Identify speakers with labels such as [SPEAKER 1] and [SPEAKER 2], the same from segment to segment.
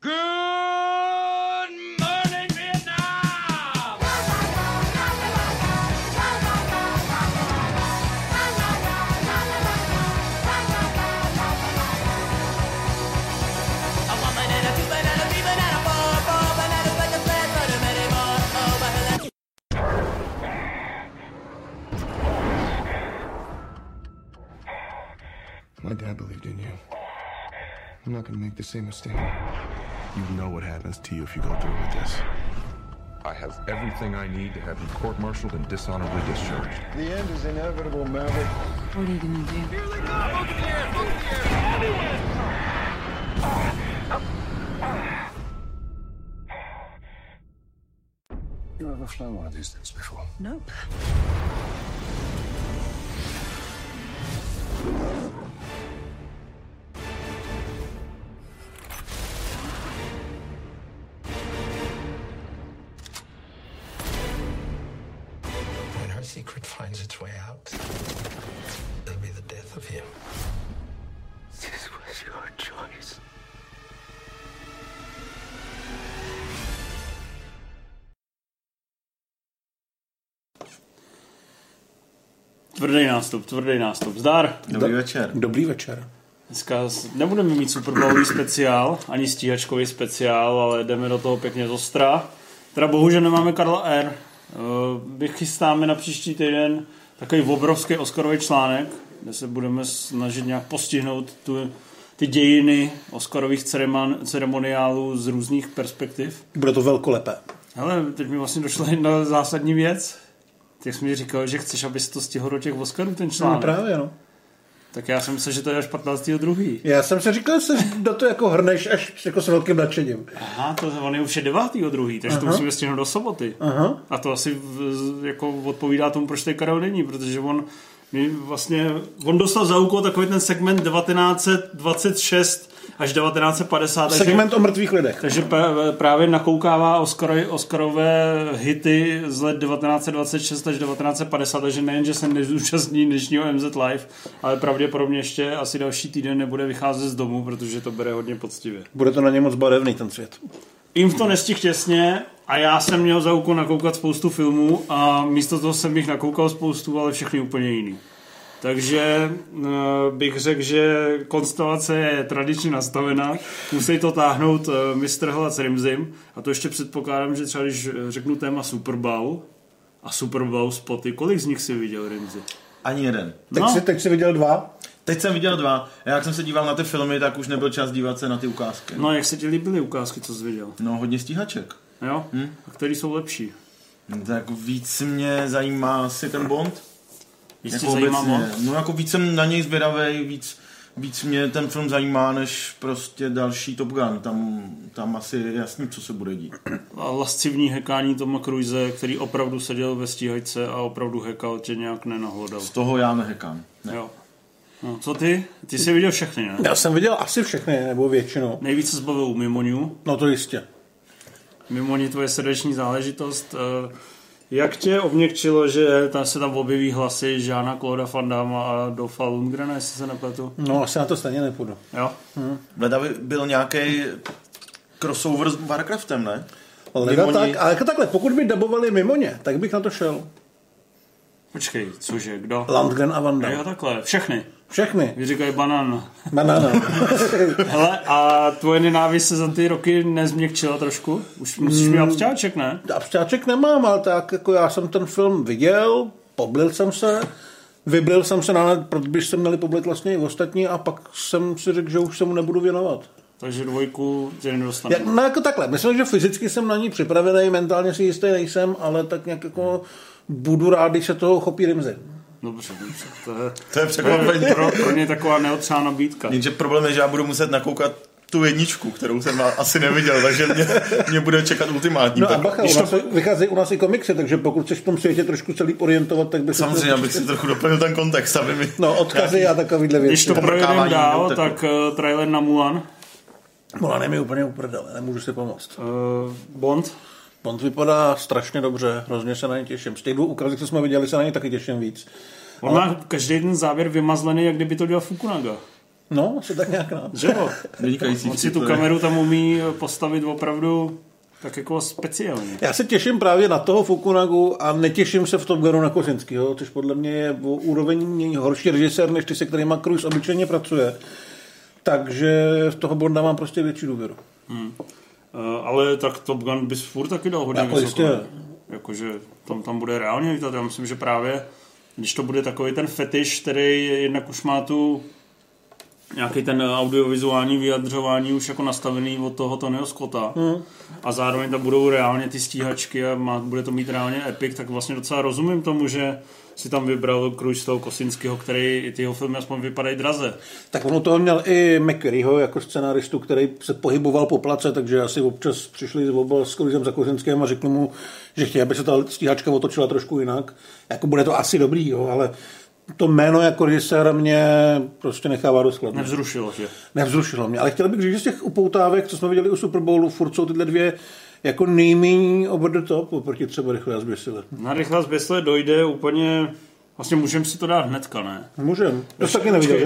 [SPEAKER 1] Good morning, Vietnam!
[SPEAKER 2] A one banana, two banana, three banana, four, four bananas, like a flat butter, many more. Oh, banana.
[SPEAKER 3] My dad believed in you. I'm not gonna make the same mistake.
[SPEAKER 4] You know what happens to you if you go through with this.
[SPEAKER 5] I have everything I need to have you court-martialed and dishonorably discharged.
[SPEAKER 6] The end is inevitable, Maverick.
[SPEAKER 7] What are you gonna do?
[SPEAKER 6] You ever flown one of these things before?
[SPEAKER 7] Nope.
[SPEAKER 8] When our secret finds its way out, it'll be the death of him. This was your choice.
[SPEAKER 9] Tvrdý nástup, tvrdý nástup. Zdar.
[SPEAKER 10] Dobrý večer.
[SPEAKER 4] Dobrý večer.
[SPEAKER 9] Dneska s- nebudeme mít Super Bowlový speciál, ani stíhačkový speciál, ale jdeme do toho pěkně z ostra. Teda bohužel nemáme Karla R. Eh, Vychystáme na příští týden takový obrovský Oscarový článek, kde se budeme snažit nějak postihnout tu, ty dějiny Oscarových ceremon, ceremoniálů z různých perspektiv.
[SPEAKER 4] Bude to velkolepé.
[SPEAKER 9] Hele, teď mi vlastně došla jedna zásadní věc. Ty jsi mi říkal, že chceš, aby se to stihlo do těch Oscarů, ten
[SPEAKER 4] No,
[SPEAKER 9] článek.
[SPEAKER 4] no právě, no.
[SPEAKER 9] Tak já jsem myslel, že to je až 15. druhý.
[SPEAKER 4] Já jsem si říkal, že se do to jako hrneš až jako s velkým nadšením.
[SPEAKER 9] Aha, to on je už je 9. druhý, takže Aha. to musíme stihnout do soboty.
[SPEAKER 4] Aha.
[SPEAKER 9] A to asi v- jako odpovídá tomu, proč tady Karel není, protože on my vlastně, on dostal za úkol takový ten segment 1926 až 1950. takže-
[SPEAKER 4] Segment o mrtvých lidech.
[SPEAKER 9] takže p- právě nakoukává Oscar, Oscarové hity z let 1926 až 1950, takže nejen, že se nezúčastní dnešního MZ Live, ale pravděpodobně ještě asi další týden nebude vycházet z domu, protože to bere hodně poctivě.
[SPEAKER 4] Bude to na ně moc barevný ten svět.
[SPEAKER 9] Jim to nestih těsně a já jsem měl za úkol nakoukat spoustu filmů a místo toho jsem jich nakoukal spoustu, ale všechny úplně jiný. Takže eh, bych řekl, že konstelace je tradičně nastavená. Musí to táhnout eh, Mr. Hlac Rimzim a to ještě předpokládám, že třeba když eh, řeknu téma Super Bowl a Super Bowl spoty, kolik z nich si viděl Rimzi?
[SPEAKER 10] Ani jeden.
[SPEAKER 4] Teď,
[SPEAKER 9] No.
[SPEAKER 4] no. si, teď si viděl dva.
[SPEAKER 10] Teď jsem viděl dva. Já jak jsem se díval na ty filmy, tak už nebyl čas dívat se na ty ukázky.
[SPEAKER 9] No jak se ti líbily ukázky, co jsi viděl?
[SPEAKER 10] No, hodně stíhaček.
[SPEAKER 9] Jo? A který jsou lepší?
[SPEAKER 10] No, Tak víc mě zajímá asi ten Bond.
[SPEAKER 9] Jistě zajímá Bond?
[SPEAKER 10] No jako víc jsem na něj zvědavej, víc, víc mě ten film zajímá, než prostě další Top Gun. Tam, tam asi je jasný, co se bude dít.
[SPEAKER 9] a lascivní hekání Toma Cruise, který opravdu seděl ve stíhajce a opravdu hekal, tě nějak nenahlodal.
[SPEAKER 10] Z toho já nehekám.
[SPEAKER 9] Ne. Jo. No, co ty? Ty jsi viděl všechny, ne?
[SPEAKER 4] Já jsem viděl asi všechny, nebo většinu.
[SPEAKER 9] Nejvíce zbavil Mimoniu.
[SPEAKER 4] No to jistě.
[SPEAKER 9] Mimoni tvoje srdeční záležitost. eh, Jak tě obněkčilo, že tam se tam objeví hlasy Žána Klauda Fandama a Dofa Lundgrena, jestli se nepletu?
[SPEAKER 4] No asi na to stejně nepůjdu.
[SPEAKER 9] Jo.
[SPEAKER 10] Leda by- byl nějaký crossover s Warcraftem, ne?
[SPEAKER 4] Leda
[SPEAKER 10] Mimoni.
[SPEAKER 4] tak, ale jako takhle, pokud by dabovali mimo ně, tak bych na to šel.
[SPEAKER 9] Počkej, cože, kdo? No
[SPEAKER 4] Landgren a Vanda.
[SPEAKER 9] Jo, takhle, všechny.
[SPEAKER 4] Všechny.
[SPEAKER 9] Vy říkají banan.
[SPEAKER 4] Banana.
[SPEAKER 9] Hele, a tvoje nenávist se za ty roky nezměkčila trošku? Už musíš mít abstáček, ne?
[SPEAKER 4] Abšťáček nemám, ale tak jako já jsem ten film viděl, poblil jsem se, vyblil jsem se na protože se měli poblit vlastně i ostatní a pak jsem si řekl, že už se mu nebudu věnovat.
[SPEAKER 9] Takže dvojku tě nedostanu.
[SPEAKER 4] Jak, no jako takhle, myslím, že fyzicky jsem na ní připravený, mentálně si jistý nejsem, ale tak nějak jako budu rád, když se toho chopí No Rimzy.
[SPEAKER 9] Dobře, dobře. To je,
[SPEAKER 10] To je překvapení.
[SPEAKER 9] pro, pro ně taková neotřá nabídka.
[SPEAKER 10] Jenže problém je, že já budu muset nakoukat tu jedničku, kterou jsem a- asi neviděl, takže mě, mě bude čekat ultimátní.
[SPEAKER 4] No a
[SPEAKER 10] tak
[SPEAKER 4] bacha,
[SPEAKER 9] když
[SPEAKER 4] u
[SPEAKER 9] to-
[SPEAKER 4] nás vycházejí u nás i komiksy, takže pokud chceš v tom světě trošku celý orientovat, tak by se...
[SPEAKER 10] samozřejmě, abych si trochu doplnil ten kontext, aby mi...
[SPEAKER 4] No, odkazy a takovýhle věci.
[SPEAKER 9] Když to projedeme
[SPEAKER 10] pobrkávání
[SPEAKER 9] dál,
[SPEAKER 10] neuteklo.
[SPEAKER 9] tak uh, trailer na Mulan. eh,
[SPEAKER 4] Mola mi úplně uprdele, nemůžu si pomoct.
[SPEAKER 9] Uh, Bond.
[SPEAKER 4] Bond vypadá strašně dobře, hrozně se na něj těším. Z těch dvou ukázek, co jsme viděli, se na něj taky těším víc.
[SPEAKER 9] On má každý ten závěr vymazlený, jak kdyby to dělal Fukunaga.
[SPEAKER 4] No, asi tak nějak nám.
[SPEAKER 9] Že jo?
[SPEAKER 10] Vynikající.
[SPEAKER 9] On si tu
[SPEAKER 10] vtip, to je.
[SPEAKER 9] kameru tam umí postavit opravdu tak jako speciálně.
[SPEAKER 4] Já se těším právě na toho Fukunagu a netěším se v Top Gunu na Kosinskýho, což podle mě je o úroveň něj horší režisér, než ty, se kterýma Cruz obyčejně pracuje. Takže v toho Bonda mám prostě větší důvěru.
[SPEAKER 9] Eh, ale tak Top Gun bys furt taky dal hodně
[SPEAKER 4] Jako
[SPEAKER 9] vysoko.
[SPEAKER 4] jistě.
[SPEAKER 9] Jakože tam, tam bude reálně lítat. Já myslím, že právě když to bude takový ten fetiš, který jednak už má tu nějaký ten audiovizuální vyjadřování už jako nastavený od toho Tonyho Scotta hmm. a zároveň tam budou reálně ty stíhačky a má, bude to mít reálně epic, tak vlastně docela rozumím tomu, že si tam vybral Cruz toho Kosinského, který i ty jeho filmy aspoň vypadají draze.
[SPEAKER 4] Tak ono toho měl i McCurryho jako scenaristu, který se pohyboval po place, takže asi občas přišli oba s Kruzem za Kořenským a řekli mu, že chtějí, aby se ta stíhačka otočila trošku jinak. Jako bude to asi dobrý, jo, ale to jméno jako režiséra mě prostě nechává dost chladno.
[SPEAKER 9] Nevzrušilo tě.
[SPEAKER 4] Nevzrušilo mě, ale chtěl bych říct, že z těch upoutávek, co jsme viděli u Super Bowlu, furt jsou tyhle dvě jako nejméně over the top, oproti třeba rychle a zběsile.
[SPEAKER 9] Na rychlá zběsle dojde úplně... Vlastně můžeme si to dát hnedka, ne?
[SPEAKER 4] Můžem. To jsi taky neviděl,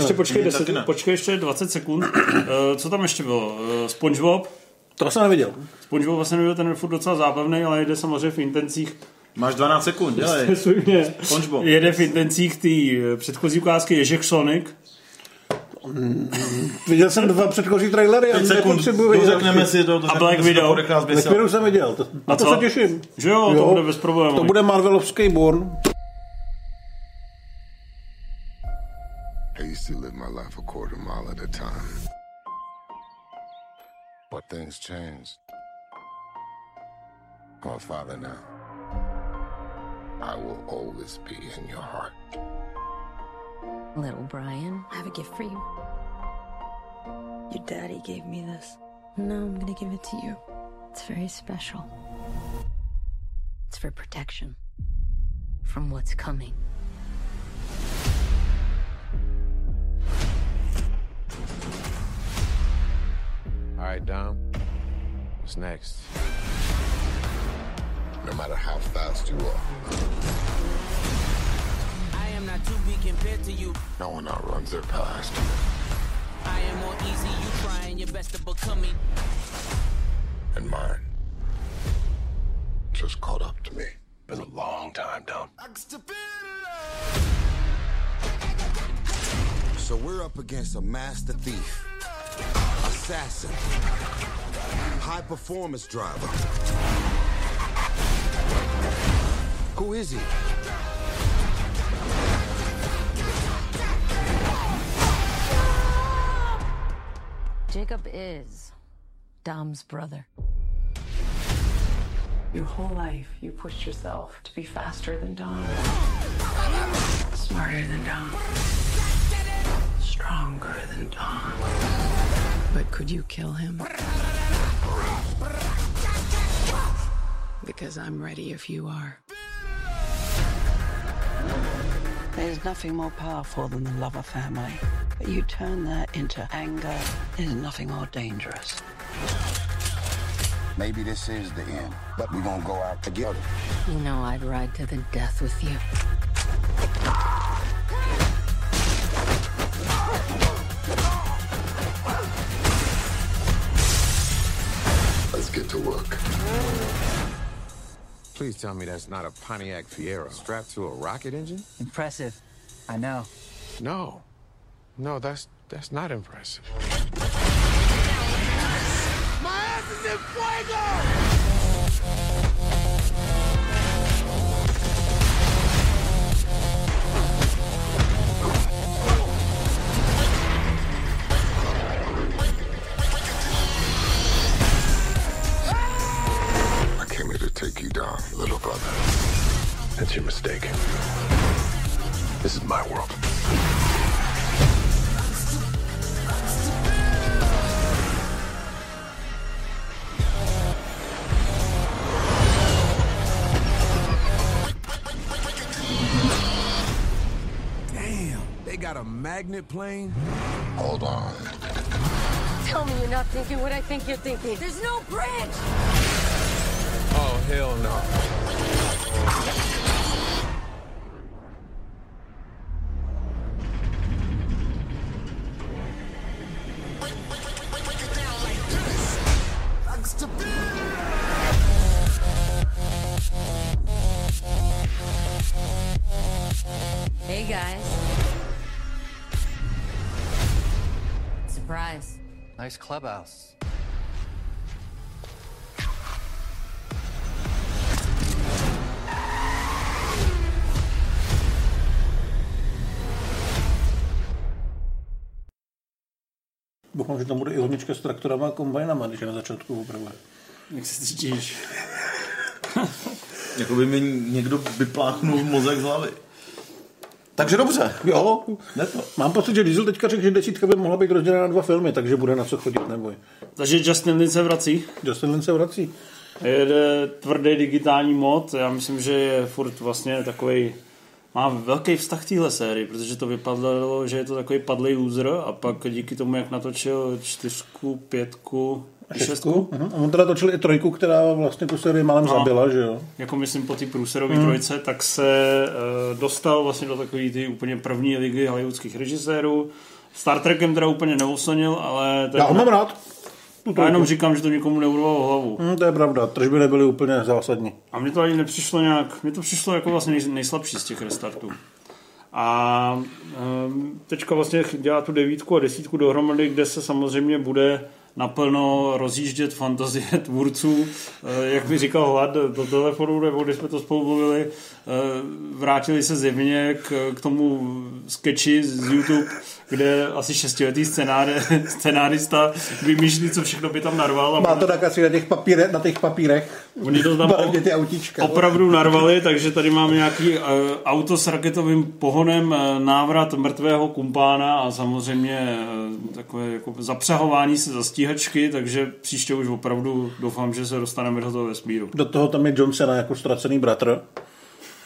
[SPEAKER 4] že?
[SPEAKER 9] Počkej, ještě
[SPEAKER 4] ne?
[SPEAKER 9] počkej,
[SPEAKER 10] Ne, taky
[SPEAKER 9] 10,
[SPEAKER 10] ne.
[SPEAKER 9] počkej ještě 20 sekund. Eh, co tam ještě bylo? Eh, Spongebob.
[SPEAKER 4] To jsem neviděl.
[SPEAKER 9] Spongebob vlastně nebyl ten je furt docela zábavný, ale jde samozřejmě v intencích
[SPEAKER 10] Máš 12 sekund, dělej.
[SPEAKER 9] Přesujně.
[SPEAKER 10] SpongeBob.
[SPEAKER 9] Jede v intencích ty předchozí ukázky Ježek Sonic.
[SPEAKER 4] Viděl jsem dva předchozí trailery, ani
[SPEAKER 10] sekund,
[SPEAKER 4] nepotřebuji vidět.
[SPEAKER 10] dořekneme si to. dořekneme
[SPEAKER 9] Black
[SPEAKER 10] si to
[SPEAKER 9] Widow.
[SPEAKER 10] po reklam
[SPEAKER 4] Ve
[SPEAKER 10] zběsil.
[SPEAKER 4] kterou jsem viděl. To, na to
[SPEAKER 9] co?
[SPEAKER 4] se těším.
[SPEAKER 9] Že jo, to bude bez problémů.
[SPEAKER 4] To bude Marvelovský Born.
[SPEAKER 7] I used to live my life a quarter mile at a time. But things changed. My father now. I will always be in your heart.
[SPEAKER 2] Little Brian, I have a gift for you. Your daddy gave me this. Now I'm gonna give it to you. It's very special. It's for protection from what's coming.
[SPEAKER 7] All right, Dom. What's next? No matter how fast you are,
[SPEAKER 2] I am not too big compared to you.
[SPEAKER 7] no one outruns their past.
[SPEAKER 2] I am more easy, you trying your best to become me.
[SPEAKER 7] And mine just caught up to me. Been a long time, Dom.
[SPEAKER 8] So we're up against a master thief, assassin, high performance driver. Who is he?
[SPEAKER 2] Jacob is Dom's brother. Your whole life, you pushed yourself to be faster than Dom, smarter than Dom, stronger than Dom. But could you kill him? Because I'm ready if you are. There's nothing more powerful than the love of family. But you turn that into anger. There's nothing more dangerous.
[SPEAKER 7] Maybe this is the end, but we're gonna go out together.
[SPEAKER 2] You know I'd ride to the death with you.
[SPEAKER 7] Let's get to work.
[SPEAKER 8] Please tell me that's not a Pontiac Fiero strapped to a rocket engine?
[SPEAKER 2] Impressive. I know.
[SPEAKER 8] No. No, that's that's not impressive.
[SPEAKER 7] I came here to take you down, little brother. That's your mistake. This is my world.
[SPEAKER 8] Damn, they got a magnet plane?
[SPEAKER 7] Hold on.
[SPEAKER 2] Tell me you're not thinking what I think you're thinking. There's no bridge!
[SPEAKER 8] Oh hell no.
[SPEAKER 2] guys. Surprise.
[SPEAKER 11] Nice clubhouse.
[SPEAKER 4] Doufám, že tam bude i hodnička s traktorama a kombajnama, když je na začátku opravuje.
[SPEAKER 9] Jak se cítíš?
[SPEAKER 10] Jako by mi někdo vypláchnul mozek z hlavy. Takže dobře.
[SPEAKER 4] Jo,
[SPEAKER 10] jde to.
[SPEAKER 4] Mám pocit, že Diesel teďka řekl, že desítka by mohla být rozdělena na dva filmy, takže bude na co chodit, neboj.
[SPEAKER 9] Takže Justin Lin se vrací.
[SPEAKER 4] Justin Lin se vrací.
[SPEAKER 9] Jede tvrdý digitální mod, já myslím, že je furt vlastně takový má velký vztah k téhle sérii, protože to vypadalo, že je to takový padlý loser a pak díky tomu, jak natočil čtyřku, pětku, i šestku,
[SPEAKER 4] Aha. A on teda točil i trojku, která vlastně tu sérii málem
[SPEAKER 9] No.
[SPEAKER 4] no. zabila, že jo?
[SPEAKER 9] jako myslím po té průserové
[SPEAKER 4] Hmm.
[SPEAKER 9] trojce, tak se uh, dostal vlastně do takové ty úplně první ligy hollywoodských režisérů. Star Trekem teda úplně neusonil, ale...
[SPEAKER 4] Já ho mám rád. Tu
[SPEAKER 9] Já jenom
[SPEAKER 4] trojku.
[SPEAKER 9] říkám, že to nikomu neurvalo hlavu.
[SPEAKER 4] Hm, to je pravda, tržby nebyly úplně zásadní.
[SPEAKER 9] A mně to ani nepřišlo nějak, mně to přišlo jako vlastně nej, nejslabší z těch restartů. A um, teďka vlastně dělá tu devítku a desítku dohromady, kde se samozřejmě bude naplno rozjíždět fantazie tvůrců, Eh, jak mi říkal Hlad do telefonu, nebo když jsme to spolu mluvili, eh, vrátili se zjevně k, k tomu sketchi z YouTube, kde asi šestiletý scénáře, scénárista vymýšlí, co všechno by tam narval. a
[SPEAKER 4] Má to tak asi na těch, papíre, na těch papírech.
[SPEAKER 9] Oni to tam
[SPEAKER 4] barevně ty autíčka.
[SPEAKER 9] opravdu narvali, takže tady mám nějaký uh, auto s raketovým pohonem, uh, návrat mrtvého kumpána a samozřejmě uh, takové jako zapřahování se za stíhačky, takže příště už opravdu doufám, že se dostaneme do toho vesmíru.
[SPEAKER 4] Do toho tam je John Cena jako ztracený bratr.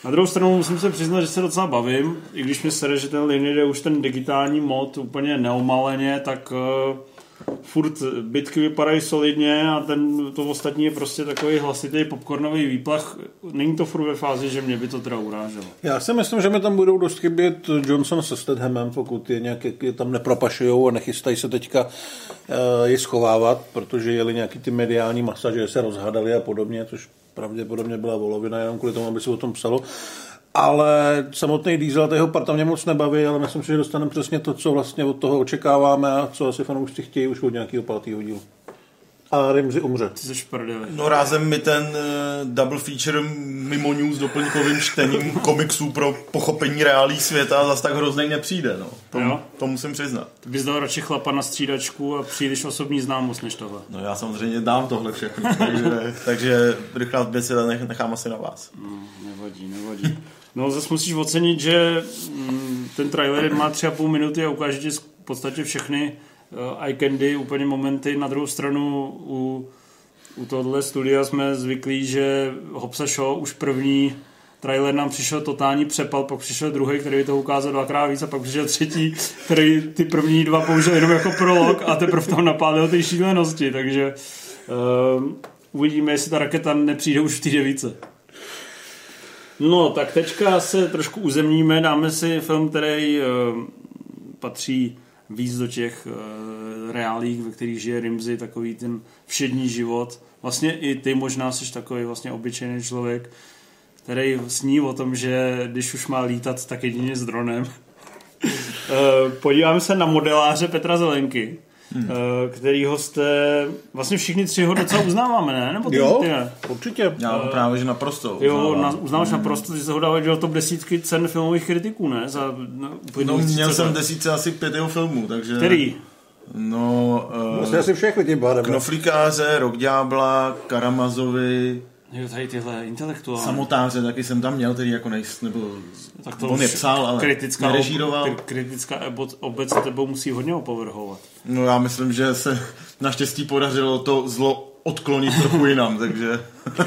[SPEAKER 9] Na druhou stranu musím se přiznat, že se docela bavím, i když mi sere, že ten Lin jde už ten digitální mod úplně neomaleně, tak uh, furt bitky vypadají solidně a ten, to ostatní je prostě takový hlasitý popcornový výplach. Není to furt ve fázi, že mě by to teda uráželo.
[SPEAKER 4] Já si myslím, že mi tam budou dost chybět Johnson se Stedhamem, pokud je nějak je tam nepropašujou a nechystají se teďka uh, je schovávat, protože jeli nějaký ty mediální masa, že se rozhadali a podobně, což pravděpodobně byla volovina jenom kvůli tomu, aby se o tom psalo. Ale samotný Diesel a ta jeho parta mě moc nebaví, ale myslím si, že dostaneme přesně to, co vlastně od toho očekáváme a co asi fanoušci chtějí už od nějakého pátého dílu. A Rimzi umře.
[SPEAKER 9] Ty jsi prdeli.
[SPEAKER 10] No rázem mi ten eh, double feature mimo news doplňkovým čtením komiksů pro pochopení reálí světa zas tak hrozný nepřijde, no. To,
[SPEAKER 9] Jo.
[SPEAKER 10] to musím přiznat.
[SPEAKER 9] Ty bys dal radši chlapa na střídačku a příliš osobní známost než tohle.
[SPEAKER 10] No já samozřejmě dám tohle všechno, takže, takže rychlá věc nech, nechám asi na vás.
[SPEAKER 9] Nevadí, nevadí. No zase musíš ocenit, že mm, ten trailer má tři a půl minuty a ukáže ti v podstatě všechny uh, eye candy, úplně momenty. Na druhou stranu u, u tohohle studia jsme zvyklí, že Hobsa Show už první trailer nám přišel totální přepal, pak přišel druhý, který to ukázal dvakrát víc a pak přišel třetí, který ty první dva použil jenom jako prolog a teprve tam napálil ty šílenosti, takže um, uvidíme, jestli ta raketa nepřijde už v té devíce. No, tak teďka se trošku uzemníme, dáme si film, který eh, patří víc do těch eh, reálí, ve kterých žije Rimzi, takový ten všední život. Vlastně i ty možná jsi takový vlastně obyčejný člověk, který sní o tom, že když už má lítat, tak jedině s dronem. Eh, Podíváme se na modeláře Petra Zelenky, hmm. kterýho jste... Vlastně všichni tři ho docela uznáváme, ne? Nebo ty,
[SPEAKER 4] Jo,
[SPEAKER 9] ty ne?
[SPEAKER 4] určitě.
[SPEAKER 10] Já uh, právě, že naprosto.
[SPEAKER 9] Eh, Jo,
[SPEAKER 10] uznávám.
[SPEAKER 9] na, uznáš naprosto, že se ho dávají do top desítky cen filmových kritiků, ne? Za na,
[SPEAKER 10] No,
[SPEAKER 9] uplynulých
[SPEAKER 10] měl
[SPEAKER 9] 30
[SPEAKER 10] jsem
[SPEAKER 9] let.
[SPEAKER 10] desíce asi pět jeho filmů, takže...
[SPEAKER 9] Který?
[SPEAKER 10] No, uh,
[SPEAKER 4] Vlastně asi všechny tím pádem. ne?
[SPEAKER 10] Knoflíkáře, Rok Ďábla, Karamazovi,
[SPEAKER 9] Jo, tady tyhle intelektuální.
[SPEAKER 10] Samotáře taky jsem tam měl, který jako nejs, nebyl,
[SPEAKER 9] tak
[SPEAKER 10] on je
[SPEAKER 9] už
[SPEAKER 10] psal, ale
[SPEAKER 9] kritická,
[SPEAKER 10] nerežíroval.
[SPEAKER 9] ob- kri- kritická obec, obec tebou musí hodně opovrhovat.
[SPEAKER 10] No já myslím, že se naštěstí podařilo to zlo odklonit trochu jinam, takže...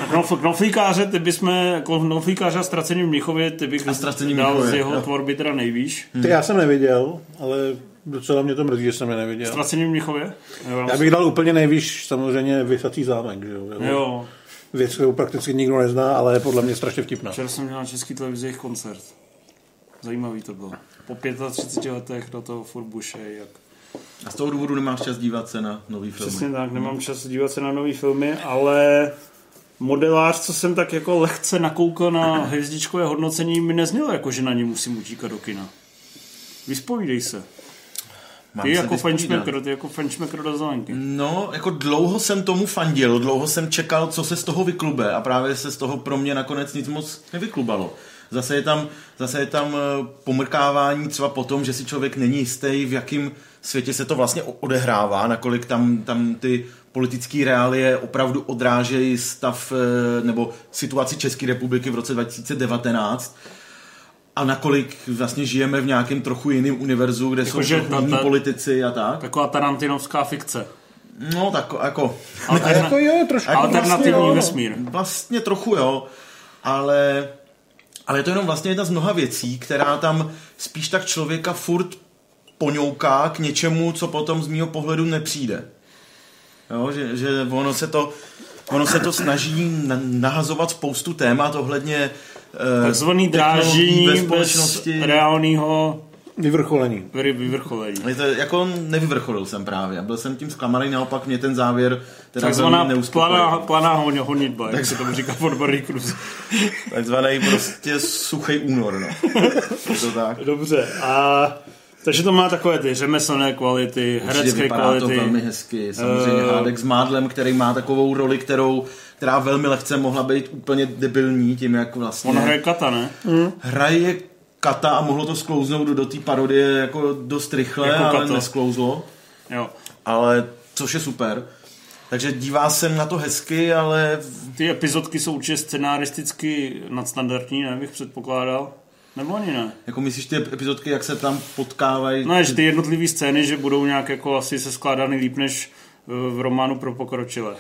[SPEAKER 9] Knof, knoflíkáře, no, ty bychom, knoflíkáře a ztracený v Mnichově, ty bych
[SPEAKER 10] A Ztracený v
[SPEAKER 9] dal
[SPEAKER 10] Mnichově,
[SPEAKER 9] z jeho
[SPEAKER 10] jo.
[SPEAKER 9] tvorby teda nejvíš.
[SPEAKER 4] Ty já jsem neviděl, ale docela mě to mrzí, že jsem je neviděl.
[SPEAKER 9] Ztracený v Mnichově? Jo, vlastně-
[SPEAKER 4] Já bych dal úplně nejvýš samozřejmě Vysací zámek, že jo? Jako
[SPEAKER 9] Jo,
[SPEAKER 4] Věc, kterou prakticky nikdo nezná, ale je podle mě strašně vtipná.
[SPEAKER 9] včera jsem měl na Český televizi jejich koncert. Zajímavý to bylo. Po 35 letech do toho furt bušej, jak
[SPEAKER 10] A z toho důvodu nemáš čas dívat se na nový film.
[SPEAKER 9] Přesně tak, nemám čas dívat se na nové filmy, ale modelář, co jsem tak jako lehce nakoukal na hvězdičkové hodnocení, mi neznělo, jako že na ně musím utíkat do kina. Vyspovídej se.
[SPEAKER 10] Mám
[SPEAKER 9] Ty
[SPEAKER 10] se
[SPEAKER 9] jako
[SPEAKER 10] vyspovídat.
[SPEAKER 9] fančmekr, ty jako fančmekr do zelenky.
[SPEAKER 10] No, jako dlouho jsem tomu fandil, dlouho jsem čekal, co se z toho vyklube a právě se z toho pro mě nakonec nic moc nevyklubalo. Zase je tam, zase je tam eh, pomrkávání třeba po tom, že si člověk není jistý, v jakém světě se to vlastně o- odehrává, nakolik tam, tam ty politické reálie opravdu odrážejí stav eh, nebo situaci České republiky v roce 2019 a nakolik vlastně žijeme v nějakém trochu jiném univerzu, kde
[SPEAKER 9] Jako,
[SPEAKER 10] jsou
[SPEAKER 9] že
[SPEAKER 10] trochu
[SPEAKER 9] ta-
[SPEAKER 10] jiní
[SPEAKER 9] ta-
[SPEAKER 10] politici a tak.
[SPEAKER 9] Taková tarantinovská Jako fikce.
[SPEAKER 10] No tak jako...
[SPEAKER 9] Alterna-
[SPEAKER 4] Jako jo, trošku.
[SPEAKER 10] Jako
[SPEAKER 9] Alternativní
[SPEAKER 10] vlastně jo, no.
[SPEAKER 9] vesmír.
[SPEAKER 10] Vlastně trochu jo, ale, ale je to jenom vlastně jedna z mnoha věcí, která tam spíš tak člověka furt poňouká k něčemu, co potom z mýho pohledu nepřijde. Jo, že, že ono se to ono se to snaží na- nahazovat spoustu témat ohledně eh,
[SPEAKER 9] Takzvaný
[SPEAKER 10] technologií ve
[SPEAKER 9] dráždění bez
[SPEAKER 10] společnosti.
[SPEAKER 9] reálného
[SPEAKER 4] Vyvrcholení.
[SPEAKER 9] vy- vyvrcholení.
[SPEAKER 10] Je to, jako nevyvrcholil jsem právě a byl jsem tím zklamaný, naopak mě ten závěr teda
[SPEAKER 9] Takzvaná
[SPEAKER 10] velmi neuspokojil.
[SPEAKER 9] planá, planá hon- honitba, jak se tomu říká v odborný kruz.
[SPEAKER 10] Takzvaný prostě suchý únor, no. Je to tak.
[SPEAKER 9] Dobře, a... Takže to má takové ty řemeslné kvality,
[SPEAKER 10] Určitě
[SPEAKER 9] herecké
[SPEAKER 10] vypadá
[SPEAKER 9] kvality.
[SPEAKER 10] to velmi hezky. Samozřejmě
[SPEAKER 9] Eh,
[SPEAKER 10] Hádek s Mádlem, který má takovou roli, kterou, která velmi lehce mohla být úplně debilní tím, jak vlastně
[SPEAKER 9] On hraje kata, ne?
[SPEAKER 10] hraje kata a mohlo to sklouznout do, do té parodie jako dost rychle,
[SPEAKER 9] Jako
[SPEAKER 10] ale
[SPEAKER 9] Kata.
[SPEAKER 10] nesklouzlo.
[SPEAKER 9] Jo.
[SPEAKER 10] Ale což je super. Takže dívá se na to hezky, ale
[SPEAKER 9] Ty epizodky jsou určitě scenaristicky nadstandardní, ne, bych předpokládal. Nebo ani ne.
[SPEAKER 10] jako myslíš ty epizodky, jak se tam potkávají?
[SPEAKER 9] No, že ty jednotlivé scény, že budou nějak jako asi se skládány líp než eh, v románu pro pokročilé.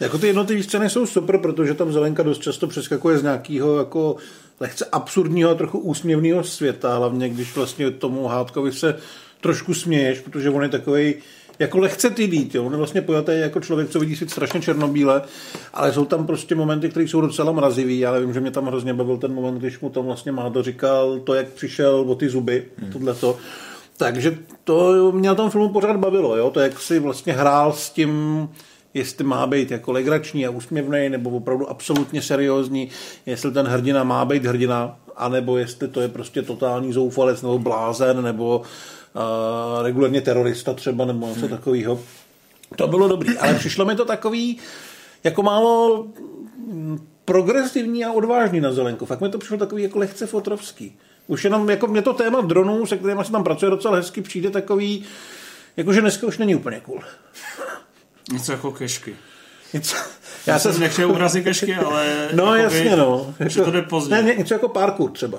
[SPEAKER 4] Jako ty jednotlivé scény jsou super, protože tam Zelenka dost často přeskakuje z nějakého jako lehce absurdního a trochu úsměvného světa, hlavně když vlastně tomu hádkovi se trošku směješ, protože on je takový jako lehce ty dít, jo. On je vlastně pojatý jako člověk, co vidí svět strašně černobíle, ale jsou tam prostě momenty, které jsou docela mrazivý. Já vím, že mě tam hrozně bavil ten moment, když mu tam vlastně Mádo říkal to, jak přišel o ty zuby, hmm. tohleto. Takže to mě na tom filmu pořád bavilo, jo? to, jak si vlastně hrál s tím, jestli má být jako legrační a úsměvný, nebo opravdu absolutně seriózní, jestli ten hrdina má být hrdina, anebo jestli to je prostě totální zoufalec, nebo blázen, nebo uh, regulárně terorista třeba, nebo něco hmm. takového. To bylo dobrý, ale přišlo mi to takový jako málo mm, progresivní a odvážný na Zelenku. Fakt mi to přišlo takový jako lehce fotrovský. Už jenom jako mě to téma dronů, se kterým se tam pracuje docela hezky, přijde takový, jakože dneska už není úplně cool.
[SPEAKER 9] Něco jako kešky.
[SPEAKER 4] Něco,
[SPEAKER 9] Já jsem nechtěl urazit kešky, ale...
[SPEAKER 4] No
[SPEAKER 9] jakoby,
[SPEAKER 4] jasně, no.
[SPEAKER 9] Že to jde pozdě.
[SPEAKER 4] ne, ne, něco jako parkour třeba.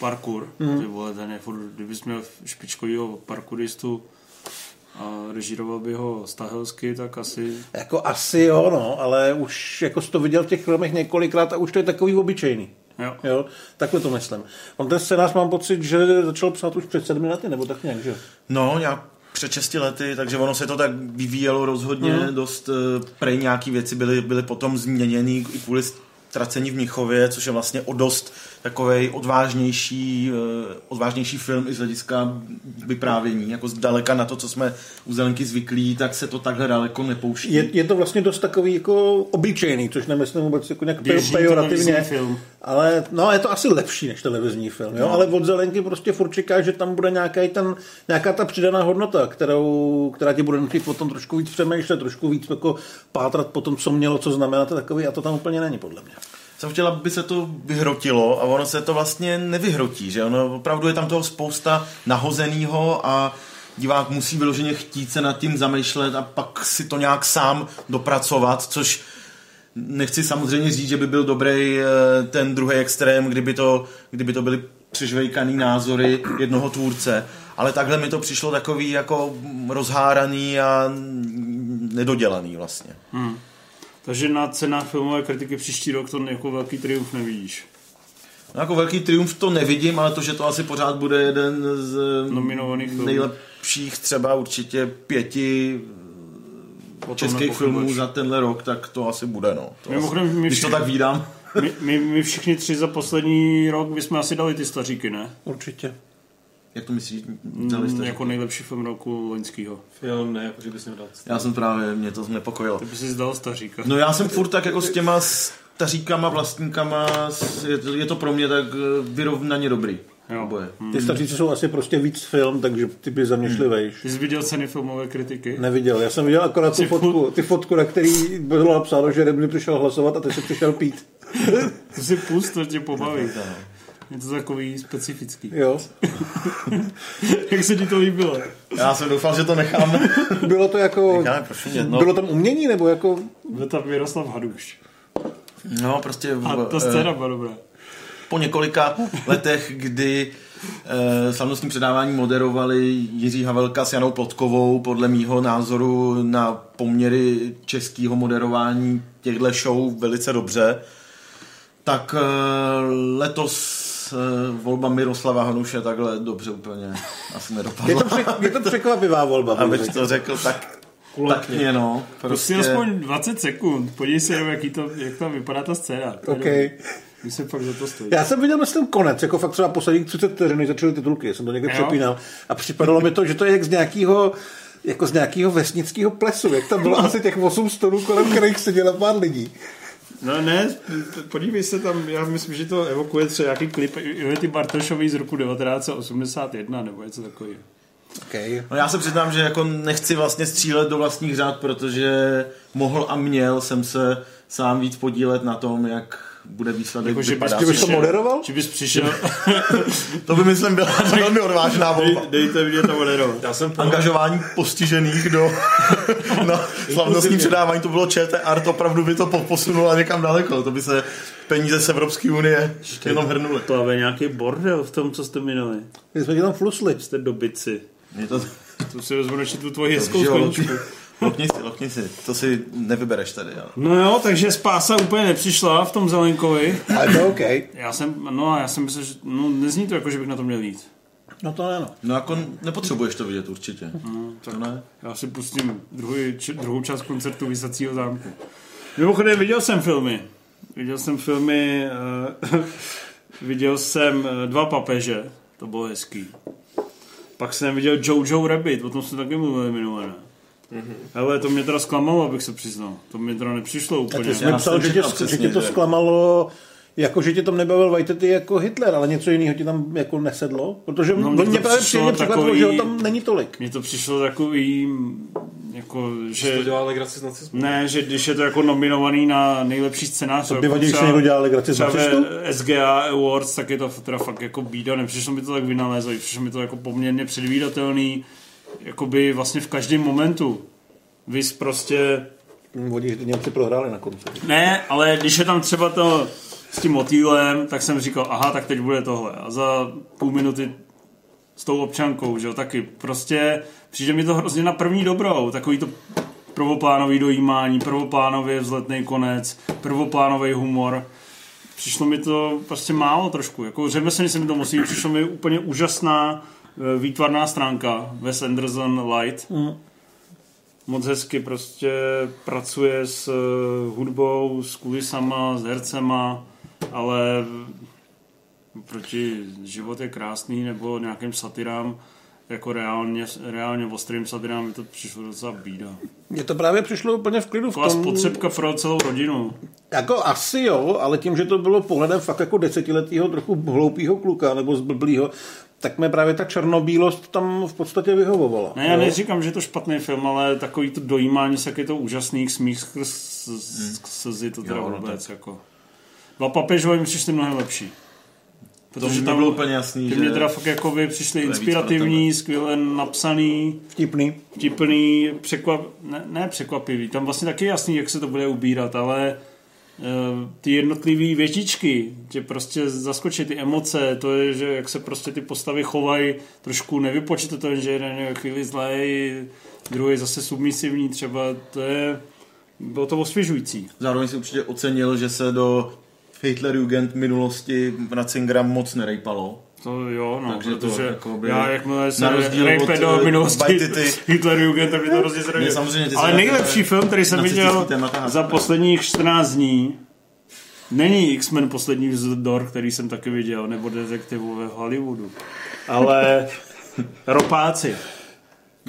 [SPEAKER 9] Parkour.
[SPEAKER 10] Mhm.
[SPEAKER 9] Mm. Ty vole, ten je furt, kdyby měl špičkovýho parkouristu a režíroval by ho Stahelsky, tak asi...
[SPEAKER 4] Jako asi jo, no, ale už jako jsi to viděl v těch filmech několikrát a už to je takový obyčejný.
[SPEAKER 9] Jo.
[SPEAKER 4] Jo, takhle to myslím. On ten scénář mám pocit, že začal psát už před sedmi lety, nebo tak nějak, že? jo?
[SPEAKER 10] No, já před 6 lety, takže ono se to tak vyvíjelo rozhodně, mm. dost eh, prej nějaký věci byly, byly potom změněny i kvůli ztracení v Mnichově, což je vlastně o dost takovej odvážnější, eh, odvážnější film i z hlediska vyprávění, jako zdaleka na to, co jsme u Zelenky zvyklí, tak se to takhle daleko nepouští.
[SPEAKER 4] Je, je to vlastně dost takový jako obyčejný, což nemyslím vůbec jako nějak
[SPEAKER 9] Běžný
[SPEAKER 4] pe- pejorativně.
[SPEAKER 9] televizní film.
[SPEAKER 4] Ale no, je to asi lepší než televizní film, jo? ale od Zelenky prostě furt čeká, že tam bude nějaký ten, nějaká ta přidaná hodnota, kterou, která tě bude nutit potom trošku víc přemýšlet, trošku víc jako pátrat po tom, co mělo, co znamená to takový a to tam úplně není podle mě.
[SPEAKER 10] jsem chtěl, aby se to vyhrotilo a ono se to vlastně nevyhrotí, že ono opravdu je tam toho spousta nahozeného a divák musí vyloženě chtít se nad tím zamýšlet a pak si to nějak sám dopracovat, což nechci samozřejmě říct, že by byl dobrý eh, ten druhý extrém, kdyby to, kdyby to byly přežvejkaný názory jednoho tvůrce, ale takhle mi to přišlo takový jako rozháraný a nedodělaný vlastně.
[SPEAKER 9] Takže na cenách filmové kritiky příští rok to jako velký triumf nevidíš.
[SPEAKER 10] No jako velký triumf to nevidím, ale to, že to asi pořád bude jeden z eh,
[SPEAKER 9] Nominovaných filmů.
[SPEAKER 10] nejlepších třeba určitě pěti eh,
[SPEAKER 9] O tom
[SPEAKER 10] českých
[SPEAKER 9] nepochybuješ.
[SPEAKER 10] filmů za tenhle rok, tak to asi bude, no. To
[SPEAKER 9] Mimochodem,
[SPEAKER 10] asi,
[SPEAKER 9] my
[SPEAKER 10] když to
[SPEAKER 9] všichni-
[SPEAKER 10] tak vídám.
[SPEAKER 9] My, my, my všichni tři za poslední rok bychom asi dali ty staříky, ne?
[SPEAKER 4] Určitě.
[SPEAKER 10] Jak to myslíš? Dali
[SPEAKER 9] Mm,
[SPEAKER 10] jste?
[SPEAKER 9] jako nejlepší film roku loňskýho.
[SPEAKER 11] Film ne, jako že bys nedal.
[SPEAKER 10] Já jsem právě, mě to znepokojilo.
[SPEAKER 9] Ty bys si zdal staříka.
[SPEAKER 10] No já jsem furt tak jako s těma staříkama, vlastníkama, s- je to, je to pro mě tak eh, vyrovnaně dobrý. Oboje.
[SPEAKER 9] Hmm.
[SPEAKER 4] Ty staříci jsou asi prostě víc film, takže ty by za mě šli vejš.
[SPEAKER 9] Ty jsi viděl ceny filmové kritiky?
[SPEAKER 4] Neviděl, já jsem viděl akorát tu fotku, ty fotku, na který bylo napsáno, že Remly přišel hlasovat a ty se přišel pít.
[SPEAKER 9] To si pust, to tě pobaví. Je to takový specifický.
[SPEAKER 4] Jo.
[SPEAKER 9] Jak se ti to líbilo?
[SPEAKER 10] Já jsem doufal, že to necháme.
[SPEAKER 4] Bylo to jako,
[SPEAKER 10] Necháme, prosím tě, no.
[SPEAKER 4] bylo tam umění, nebo jako,
[SPEAKER 9] Byl tam Miroslav Haduš.
[SPEAKER 10] No, prostě... v-
[SPEAKER 9] A ta
[SPEAKER 10] eh,
[SPEAKER 9] scéna byla dobrá.
[SPEAKER 10] po několika letech, kdy eh, slavnostní předávání moderovali Jiří Havelka s Janou Plotkovou, podle mýho názoru na poměry českého moderování těchto show velice dobře, tak eh, letos eh, volba Miroslava Hanuše takhle dobře úplně asi
[SPEAKER 4] je to,
[SPEAKER 10] nedopadla.
[SPEAKER 4] přek, je to překvapivá volba. bych
[SPEAKER 10] Abych
[SPEAKER 4] řekl.
[SPEAKER 10] to řekl tak kulakně, no.
[SPEAKER 9] Prostě aspoň 20 sekund. Podívej se, jenom, jaký to, jak tam vypadá ta scéna. To je
[SPEAKER 4] OK.
[SPEAKER 9] dobrý. My se pak za to stojí.
[SPEAKER 4] Já jsem viděl myslím konec, jako fakt třeba posledních 30 vteřin, než začaly titulky, jsem to někde
[SPEAKER 9] Jo.
[SPEAKER 4] přepínal a připadalo mi to, že to je jak z nějakého jako z nějakého vesnického plesu, jak tam bylo asi těch 8 stolů, kolem kterých sedělo pár lidí.
[SPEAKER 9] No ne, p- podívej se tam, já myslím, že to evokuje třeba nějaký klip Ivety Bartošový z roku 1981 nebo něco takového.
[SPEAKER 4] Okay.
[SPEAKER 10] No já se přiznám, že jako nechci vlastně střílet do vlastních řád, protože mohl a měl jsem se sám víc podílet na tom, jak bude výsledek
[SPEAKER 9] Jako, že
[SPEAKER 10] vypadat.
[SPEAKER 9] bys- No. že bys
[SPEAKER 4] To moderoval?
[SPEAKER 9] Že bys přišel,
[SPEAKER 10] To by myslím byla velmi odvážná volba.
[SPEAKER 9] dejte mě to moderovat.
[SPEAKER 11] Já jsem
[SPEAKER 10] Angažování postižených do na slavnostní předávání, to bylo ČT Art, opravdu by to po- posunulo někam daleko, to by se peníze z Evropské unie jenom hrnuly.
[SPEAKER 9] To ale nějaký bordel v tom, co jste minuli.
[SPEAKER 4] My jsme tě tam flusli.
[SPEAKER 9] Jste dobyci.
[SPEAKER 10] Mě to...
[SPEAKER 9] To si vezmu ještě tu tvoji hezkou
[SPEAKER 10] Jo,
[SPEAKER 9] skleničku.
[SPEAKER 10] lokni, lokni si, lokni si, to si nevybereš tady, ale.
[SPEAKER 9] No jo, takže spása úplně nepřišla v tom Zelenkovi.
[SPEAKER 4] Ale to je OK.
[SPEAKER 9] Já jsem, no a já jsem myslel, že, no nezní to jako, že bych na to měl jít.
[SPEAKER 4] No to ne, no. Hmm,
[SPEAKER 10] No jako nepotřebuješ to vidět určitě. to ne.
[SPEAKER 9] Já si pustím druhý, či, druhou část koncertu Vysacího zámku. Mimochodem, viděl jsem filmy. Viděl jsem filmy, uh, viděl jsem eh, Dva papeže, to bylo hezký. Pak jsem viděl Jojo Rabbit, o tom jsme taky mluvili minule, ne? Ale to mě teda zklamalo, abych se přiznal. To mě teda nepřišlo
[SPEAKER 4] A
[SPEAKER 9] úplně.
[SPEAKER 4] ty jsi mi
[SPEAKER 10] Já
[SPEAKER 4] psal,
[SPEAKER 10] jsem
[SPEAKER 4] že tě,
[SPEAKER 10] čekal
[SPEAKER 4] že
[SPEAKER 10] přesně,
[SPEAKER 4] tě to
[SPEAKER 10] že-
[SPEAKER 4] zklamalo, jako že tě tam nebavil Vajtety jako Hitler, ale něco jiného ti tam jako nesedlo? Protože
[SPEAKER 9] No,
[SPEAKER 4] no,
[SPEAKER 9] mně to
[SPEAKER 4] mě právě
[SPEAKER 9] přišlo
[SPEAKER 4] příjemně překvapilo,
[SPEAKER 9] takový-
[SPEAKER 4] že ho tam není tolik.
[SPEAKER 9] Mně to přišlo takový, mm, jako, že...
[SPEAKER 11] to dělal legraci z nacismu.
[SPEAKER 9] Ne, že když je to jako nominovaný na nejlepší scénář, jako
[SPEAKER 4] by vadí, když
[SPEAKER 9] třeba-
[SPEAKER 4] někdo dělá legraci z
[SPEAKER 9] třeba ve
[SPEAKER 4] nacistů?
[SPEAKER 9] SGA Awards, tak je to teda fakt jako bída, nepřišlo mi to tak vynalézový, přišlo mi to jako poměrně předvídatelný, jakoby vlastně v každém momentu. Vys prostě,
[SPEAKER 4] Vodí, že ty Němci prohráli na konci.
[SPEAKER 9] ne, ale když je tam třeba to s tím motýlem, tak jsem říkal, aha, tak teď bude tohle. A za půl minuty s tou občankou, že jo, taky. Prostě přijde mi to hrozně na první dobrou, takový to prvoplánový dojímání, prvoplánový vzletný konec, prvoplánový humor. Přišlo mi to prostě málo trošku, jako řemeslně mi to musí, přišlo mi úplně úžasná eh, výtvarná stránka Wes Anderson Light. Moc hezky prostě pracuje s eh, hudbou, s kulisama, s hercema, ale proti život je krásný nebo nějakým satirám, jako reálně, reálně ostrým satirám mi to přišlo docela bída.
[SPEAKER 4] Mně to právě přišlo úplně v klidu. V
[SPEAKER 9] Taková
[SPEAKER 4] tom,
[SPEAKER 9] spotřebka pro celou rodinu.
[SPEAKER 4] Jako asi jo, ale tím, že to bylo pohledem fakt jako desetiletého trochu hloupého kluka nebo zblblýho, tak mě právě ta černobílost tam v podstatě vyhovovala.
[SPEAKER 9] Ne, já
[SPEAKER 4] Jo.
[SPEAKER 9] neříkám, že je to špatný film, ale takový to dojímání se, jak je to úžasný, smích skrz s- slzy, to teda
[SPEAKER 10] Hmm. Jo, no
[SPEAKER 9] vůbec, jako. Dva papežové mi přišly mnohem lepší.
[SPEAKER 10] mi bylo úplně jasný,
[SPEAKER 9] ty
[SPEAKER 10] že
[SPEAKER 9] mě teda fakt jako by přišly
[SPEAKER 10] víc pro
[SPEAKER 9] inspirativní, skvěle napsaný,
[SPEAKER 4] Vtipný.
[SPEAKER 9] vtipný, překvap, ne, ne překvapivý, tam vlastně taky je jasný, jak se to bude ubírat, ale e, ty jednotlivé větičky tě prostě zaskočí, ty emoce, to je, že jak se prostě ty postavy chovají trošku nevypočitatelně, že jeden je chvíli zlej, druhý zase submisivní třeba, to je, bylo to osvěžující.
[SPEAKER 10] Zároveň si určitě ocenil, že se do Hitlerjugend minulosti Ratzingra moc nerejpalo.
[SPEAKER 9] To jo, no,
[SPEAKER 10] Takže to
[SPEAKER 9] protože
[SPEAKER 10] jakoby-
[SPEAKER 9] já jakmile
[SPEAKER 10] na
[SPEAKER 9] se
[SPEAKER 10] rozdíl
[SPEAKER 9] rejpe
[SPEAKER 10] od,
[SPEAKER 9] do
[SPEAKER 10] eh,
[SPEAKER 9] minulosti
[SPEAKER 10] Bajtity.
[SPEAKER 9] Hitlerjugend, tak mě to hrozně zradil.
[SPEAKER 10] Ne, samozřejmě, ty jsi
[SPEAKER 9] Ale
[SPEAKER 10] měl
[SPEAKER 9] nejlepší
[SPEAKER 10] takové
[SPEAKER 9] film, který jsem
[SPEAKER 10] nacistický
[SPEAKER 9] viděl
[SPEAKER 10] témata,
[SPEAKER 9] za
[SPEAKER 10] ne?
[SPEAKER 9] posledních 14 dní, Není X-Men poslední vzdor, který jsem taky viděl, nebo detektivu ve Hollywoodu. Ale Ropáci.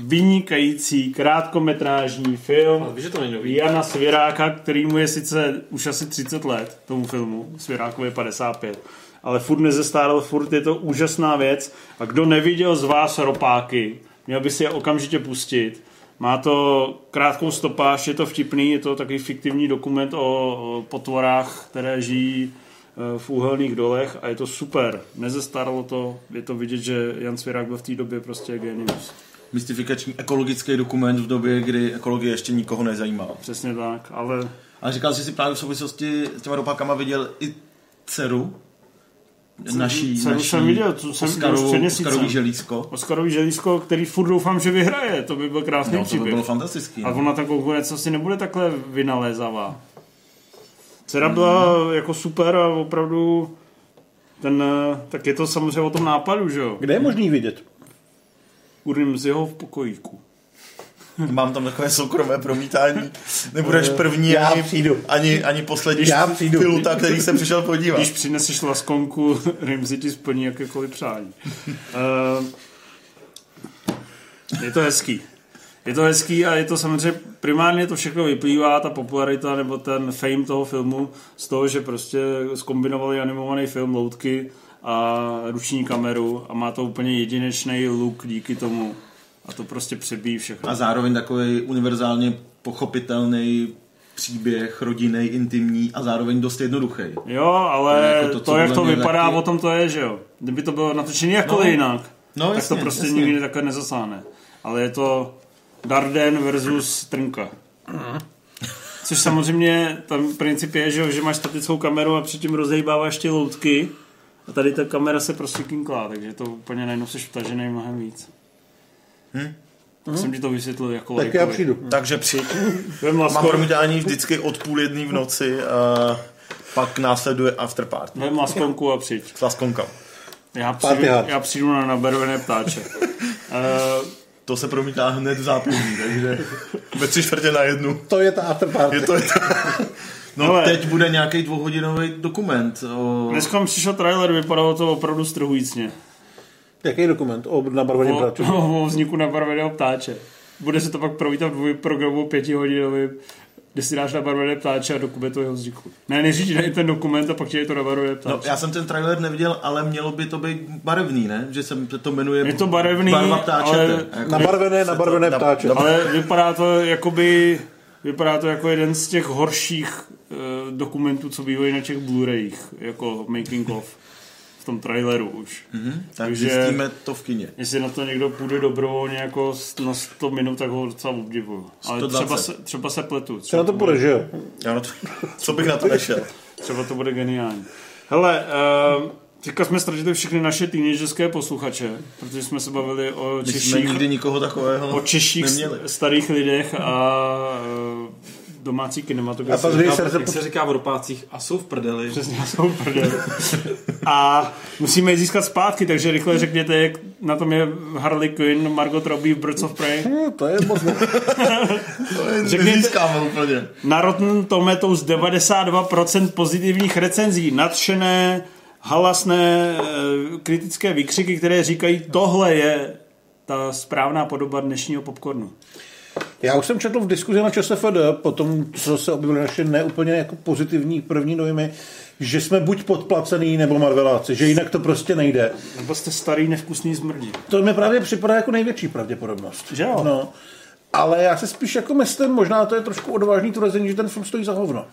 [SPEAKER 9] Vynikající krátkometrážní film
[SPEAKER 11] Ale víš, že to není nový.
[SPEAKER 9] Jana Svěráka, kterýmu je sice už asi 30 let, tomu filmu, Svěráku je 55, ale furt nezestárl, furt je to úžasná věc a kdo neviděl z vás ropáky, měl by si je okamžitě pustit. Má to krátkou stopáž, je to vtipný, je to takový fiktivní dokument o, o potvorách, které žijí eh, v úhelných dolech a je to super. Nezestárlo to, je to vidět, že Jan Svěrák byl v té době prostě genius.
[SPEAKER 10] Mystifikační ekologický dokument v době, kdy ekologie ještě nikoho nezajímala.
[SPEAKER 9] Přesně tak, ale
[SPEAKER 10] A říkal, že si právě v souvislosti s těma dopákama viděl i dceru naší,
[SPEAKER 9] Dceru
[SPEAKER 10] naší
[SPEAKER 9] jsem viděl, tu jsem viděl už před
[SPEAKER 10] Oscarovou,
[SPEAKER 9] měsícem.
[SPEAKER 10] Oscarový želízko.
[SPEAKER 9] Oskarový želízko, který furt doufám, že vyhraje, to by byl krásný
[SPEAKER 10] No, to by
[SPEAKER 9] příběh.
[SPEAKER 10] bylo fantastický.
[SPEAKER 9] A ona ta konkurence asi nebude takhle vynalézavá. Dcera byla
[SPEAKER 10] Hmm.
[SPEAKER 9] jako super a opravdu ten, eh, tak je to samozřejmě o tom nápadu, že jo?
[SPEAKER 4] Kde je možný vidět?
[SPEAKER 9] Urím z jeho v pokojíku.
[SPEAKER 10] Mám tam takové soukromé promítání.
[SPEAKER 9] Eh,
[SPEAKER 10] Nebudeš první
[SPEAKER 4] Já
[SPEAKER 10] ani,
[SPEAKER 4] přijdu.
[SPEAKER 10] ani, ani poslední
[SPEAKER 4] Já přijdu.
[SPEAKER 10] piluta, který jsem přišel podívat.
[SPEAKER 9] Když přineseš laskonku, Rimzi ti splní jakékoliv přání. Ehm, je to hezký. Je to hezký a je to samozřejmě primárně to všechno vyplývá, ta popularita nebo ten fame toho filmu z toho, že prostě skombinovali animovaný film loutky a ruční kameru a má to úplně jedinečný look díky tomu. A to prostě přebíjí všechno.
[SPEAKER 10] A zároveň takový univerzálně pochopitelný příběh, rodinný, intimní a zároveň dost jednoduchý.
[SPEAKER 9] Jo, ale
[SPEAKER 10] To je
[SPEAKER 9] jako
[SPEAKER 10] jako
[SPEAKER 9] to,
[SPEAKER 10] to,
[SPEAKER 9] to,
[SPEAKER 10] co
[SPEAKER 9] jak to
[SPEAKER 10] podle mě
[SPEAKER 9] vypadá,
[SPEAKER 10] taky-
[SPEAKER 9] o tom to je, že jo. Kdyby to bylo natočené jakkoliv
[SPEAKER 10] No.
[SPEAKER 9] jinak,
[SPEAKER 10] No,
[SPEAKER 9] tak
[SPEAKER 10] jasně,
[SPEAKER 9] to prostě
[SPEAKER 10] jasně.
[SPEAKER 9] nikdy takhle nezasáhne. Ale je to Darden versus Trnka. Což samozřejmě tam princip je, že, jo, že máš statickou kameru a předtím rozhejbáváš ty loutky a tady ta kamera se prostě kinklá, takže to úplně najednou jsi vtažený mnohem víc. Hm? Tak jsem ti to vysvětlil jako
[SPEAKER 4] Tak já
[SPEAKER 9] lajkovi.
[SPEAKER 4] přijdu.
[SPEAKER 10] Takže při...
[SPEAKER 9] Vem
[SPEAKER 10] mám
[SPEAKER 9] laskovi,
[SPEAKER 10] promítání vždycky od půl jedný v noci a pak následuje afterparty.
[SPEAKER 9] vem laskonku a přijď.
[SPEAKER 10] S laskonkou.
[SPEAKER 9] Já přijdu,
[SPEAKER 4] Party hard.
[SPEAKER 9] já přijdu na nabarvené ptáče. Eh,
[SPEAKER 10] To se promítá hned v zápětí, takže ve tři čtvrtě na jednu.
[SPEAKER 4] To je ta afterparty.
[SPEAKER 10] Je to, je to... No
[SPEAKER 9] Hele.
[SPEAKER 10] teď bude nějaký dvouhodinový dokument. O...
[SPEAKER 9] Dneska mi přišel trailer, vypadalo to opravdu strhujícně.
[SPEAKER 4] Jaký dokument? O nabarvení
[SPEAKER 9] O,
[SPEAKER 4] ptáčů.
[SPEAKER 9] o vzniku nabarveného ptáče. Bude se to pak provítat v dvojprogramu pětihodinovým, kde si dáš nabarvené ptáče a dokumentuje jeho vzniku. Ne, neřídí ne, ten dokument a pak ti je to nabarvené
[SPEAKER 10] No,
[SPEAKER 9] ptáče.
[SPEAKER 10] já jsem ten trailer neviděl, ale mělo by to být barevný, ne? Že se to jmenuje
[SPEAKER 9] Je to barevný,
[SPEAKER 10] barva ptáčete.
[SPEAKER 9] ale-
[SPEAKER 10] Jako-
[SPEAKER 4] Nabarvené, nabarvené
[SPEAKER 10] na-
[SPEAKER 4] ptáče.
[SPEAKER 10] na-
[SPEAKER 9] Ale vypadá to jakoby... Vypadá to jako jeden z těch horších eh, dokumentů, co bývají na těch Blu-rayích, jako making of v tom traileru už. Mm-hmm.
[SPEAKER 10] Tak zjistíme to v kině.
[SPEAKER 9] Jestli na to někdo půjde dobrovolně jako s- na 100 minut, tak ho docela obdivuju. Ale
[SPEAKER 10] 120.
[SPEAKER 9] třeba se, třeba se pletu.
[SPEAKER 4] Co
[SPEAKER 9] Třeba,
[SPEAKER 4] na to bude, že jo?
[SPEAKER 10] Já na to, co bych na to nešel?
[SPEAKER 9] třeba to bude geniální. Hele, uh, teďka jsme ztratili všechny naše teenagerské posluchače, protože jsme se bavili o
[SPEAKER 10] My jsme
[SPEAKER 9] Češích,
[SPEAKER 10] nikdy nikoho takového
[SPEAKER 9] o Češích
[SPEAKER 10] neměli.
[SPEAKER 9] starých lidech a uh, domácí
[SPEAKER 4] A pak
[SPEAKER 9] kinematografii.
[SPEAKER 4] dvě
[SPEAKER 11] Jak
[SPEAKER 4] srdce
[SPEAKER 11] jak
[SPEAKER 4] pod...
[SPEAKER 11] se říká v ropácích, a jsou v prdeli.
[SPEAKER 9] Přesně, já jsem prdel. A musíme je získat zpátky, takže rychle řekněte, jak na tom je Harley Quinn, Margot Robbie v Birds of Prey.
[SPEAKER 4] Hm, to je moc ne...
[SPEAKER 9] Řekněte-
[SPEAKER 10] Nezískáme úplně.
[SPEAKER 9] Na Rotten Tomatoes 92% pozitivních recenzí, nadšené, halasné, eh, kritické výkřiky, které říkají, tohle je ta správná podoba dnešního popcornu.
[SPEAKER 4] Já už jsem četl v diskuzi na ČSFD, po tom, co se objevily naše neúplně jako pozitivní první dojmy, že jsme buď podplacený nebo marveláci, že jinak to prostě nejde.
[SPEAKER 9] Nebo jste starý, nevkusný zmrdí.
[SPEAKER 4] To mi právě připadá jako největší pravděpodobnost.
[SPEAKER 9] Že jo?
[SPEAKER 4] No. Ale já se spíš jako myslím, možná to je trošku odvážný tvrzení, že ten film stojí za hovno.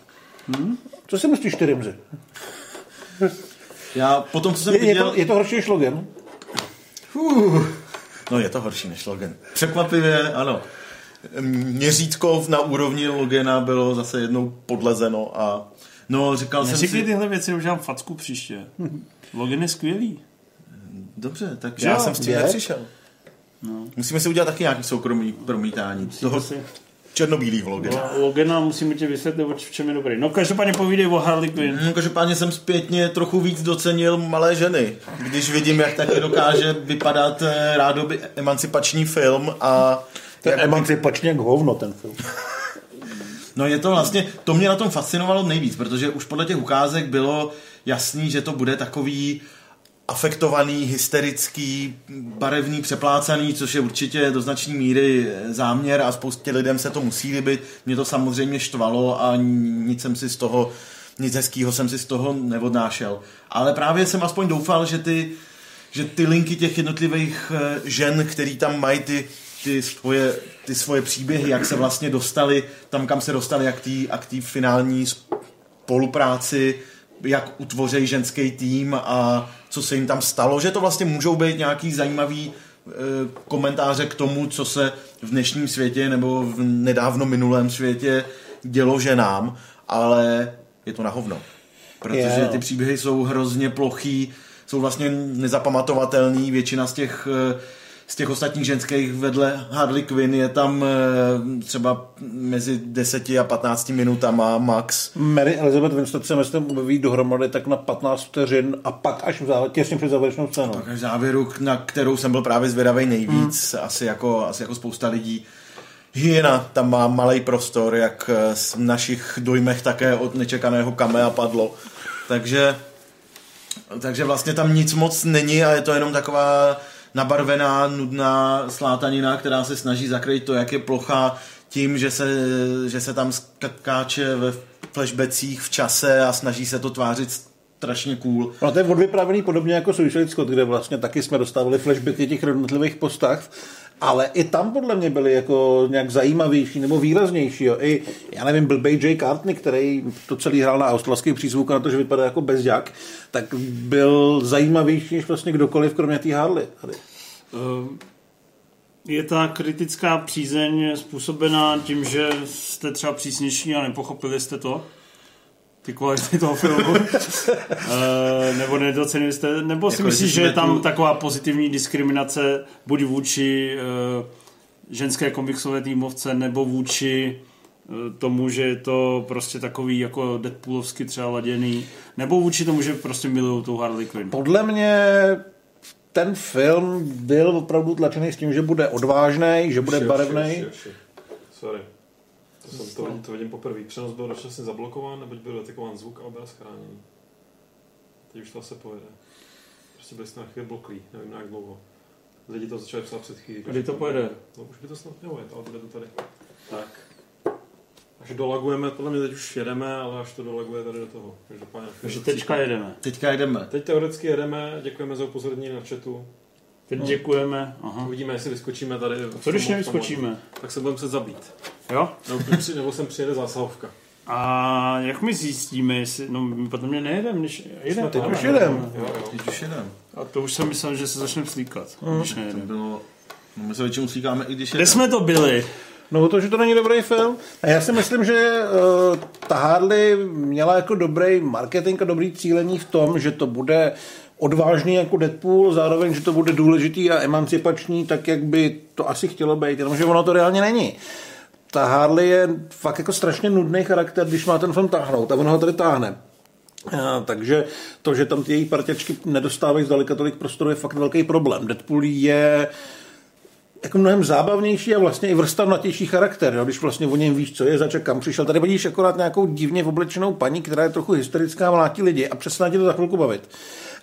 [SPEAKER 4] Hmm? Co si myslíš ty, Rimzi?
[SPEAKER 10] Já potom, co jsem
[SPEAKER 4] Je, je, to,
[SPEAKER 10] viděl...
[SPEAKER 4] je to horší než Logan?
[SPEAKER 10] Uh, no je to horší než Logan. Překvapivě, ano. Měřítko na úrovni Logena bylo zase jednou podlezeno a... No, říkal jsem
[SPEAKER 9] Neříkej
[SPEAKER 10] si...
[SPEAKER 9] tyhle věci, už mám facku příště. Logan je skvělý.
[SPEAKER 10] Dobře, tak
[SPEAKER 9] Jo,
[SPEAKER 10] já jsem s tím
[SPEAKER 4] je.
[SPEAKER 10] nepřišel. No. Musíme si udělat taky nějaký soukromý promítání. Toho
[SPEAKER 9] si-
[SPEAKER 10] černobílýho Logena.
[SPEAKER 9] Logana musíme ti vysvětlit, v čem je dobrý. No každopádně povídej o Harley Quinn.
[SPEAKER 10] Hmm, Každopádně jsem zpětně trochu víc docenil malé ženy, když vidím, jak taky dokáže vypadat eh, rádoby emancipační film a
[SPEAKER 4] To je emancipačně jak hovno ten film.
[SPEAKER 10] No je to vlastně, to mě na tom fascinovalo nejvíc, protože už podle těch ukázek bylo jasný, že to bude takový afektovaný, hysterický, barevný, přeplácaný, což je určitě do značné míry záměr a spoustě lidem se to musí líbit. Mě to samozřejmě štvalo a nic jsem si z toho, nic hezkýho jsem si z toho neodnášel. Ale právě jsem aspoň doufal, že ty, že ty linky těch jednotlivých eh, žen, který tam mají ty, ty, svoje, ty svoje příběhy, jak se vlastně dostali tam, kam se dostali, jak tý, a k té finální spolupráci, jak utvořejí ženský tým a co se jim tam stalo, že to vlastně můžou být nějaký zajímavý eh, komentáře k tomu, co se v dnešním světě nebo v nedávno minulém světě dělo ženám, ale je to na hovno.
[SPEAKER 4] Je,
[SPEAKER 10] Protože
[SPEAKER 4] no.
[SPEAKER 10] ty příběhy jsou hrozně plochý, jsou vlastně nezapamatovatelný, většina z těch eh, z těch ostatních ženských vedle Harley Quinn je tam eh, třeba mezi 10 a 15 minutama max.
[SPEAKER 4] Mary Elizabeth Winstead se myslím objeví dohromady tak na 15 vteřin a pak až v závěr, těsně před závěrečnou scénou.
[SPEAKER 10] K závěru, k- na kterou jsem byl právě zvědavý nejvíc, asi, jako, asi jako spousta lidí. Hyena tam má malý prostor, jak eh, z našich dojmech také od nečekaného kamea padlo. Takže, takže vlastně tam nic moc není a je to jenom taková nabarvená, nudná slátanina, která se snaží zakrýt to, jak je plochá tím, že se, že se tam skáče ve flashbacích v čase a snaží se to tvářit strašně cool.
[SPEAKER 4] No to je odvyprávěný podobně jako Suicide Squad, kde vlastně taky jsme dostávali flashbacky těch jednotlivých postav, ale i tam podle mě byly jako nějak zajímavější nebo výraznější. Jo. I, já nevím, blbej Jay Cartney, který to celý hrál na australský přízvuk a na to, že vypadá jako bezďák, tak byl zajímavější než vlastně kdokoliv, kromě té Harley. Tady.
[SPEAKER 9] Ehm, Je ta kritická přízeň způsobená tím, že jste třeba přísnější a nepochopili jste to? Ty kvality toho filmu? Ehm, nebo nedocenili jste? Nebo si
[SPEAKER 10] Jako,
[SPEAKER 9] myslíš,
[SPEAKER 10] jestli
[SPEAKER 9] že je
[SPEAKER 10] jsme
[SPEAKER 9] tam
[SPEAKER 10] tu-
[SPEAKER 9] taková pozitivní diskriminace buď vůči eh, ženské komiksové týmovce, nebo vůči eh, tomu, že je to prostě takový jako Deadpoolovsky třeba laděný, nebo vůči tomu, že prostě milují tu Harley Quinn.
[SPEAKER 4] Podle mě ten film byl opravdu tlačený s tím, že bude odvážný, že bude
[SPEAKER 11] Šel,
[SPEAKER 4] barevný.
[SPEAKER 11] šel, šel, šel. Sorry. To, jsem, to, to vidím poprvé. Přenos byl dočasně zablokován, neboť byl detekován zvuk a obraz chráněný. Teď už to asi pojede. Prostě byli jsme na chvíli bloklí, nevím na jak dlouho. Lidi to začali psát před chvílí.
[SPEAKER 9] Kdy to pojede?
[SPEAKER 11] No už by to snad mělo jet, ale bude to tady. Tak. Až dolagujeme, podle mě teď už jedeme, ale až to dolaguje tady do toho. Každopádně.
[SPEAKER 9] Takže teďka jedeme.
[SPEAKER 10] Teďka jedeme.
[SPEAKER 11] Teď teoreticky jedeme, děkujeme za upozornění na chatu.
[SPEAKER 9] Teď No. děkujeme. Aha.
[SPEAKER 11] Uvidíme, jestli vyskočíme tady. v
[SPEAKER 9] Co když
[SPEAKER 11] tom- v tom-
[SPEAKER 9] nevyskočíme?
[SPEAKER 11] Tak se budeme se zabít.
[SPEAKER 9] Jo?
[SPEAKER 11] Nebo, k nim při- nebo sem přijede zásahovka.
[SPEAKER 9] A jak my zjistíme, jestli, no my potom mě nejedem, než jedem.
[SPEAKER 11] teď
[SPEAKER 9] ale-
[SPEAKER 11] už
[SPEAKER 4] jedem.
[SPEAKER 11] Jo, jo.
[SPEAKER 10] Teď už jedeme.
[SPEAKER 9] A to už jsem myslel, že se začneme slíkat, když
[SPEAKER 10] To
[SPEAKER 9] nejedem.
[SPEAKER 10] bylo... No my se většinou slíkáme, i když je...
[SPEAKER 9] Kde jsme to byli?
[SPEAKER 4] No to, že to není dobrý film. A já si myslím, že uh, ta Harley měla jako dobrý marketing a dobrý cílení v tom, že to bude odvážný jako Deadpool, zároveň, že to bude důležitý a emancipační, tak jak by to asi chtělo být, jenomže ono to reálně není. Ta Harley je fakt jako strašně nudný charakter, když má ten film táhnout a ona ho tady táhne. A, takže to, že tam ty její parťačky nedostávají zdaleka tolik prostoru, je fakt velký problém. Deadpool je jako mnohem zábavnější a vlastně i vrstavnatější charakter, jo? když vlastně o něm víš, co je, zač a kam přišel. Tady vidíš akorát nějakou divně oblečenou paní, která je trochu hysterická, mlátí lidi a přesně tě to za chvilku bavit.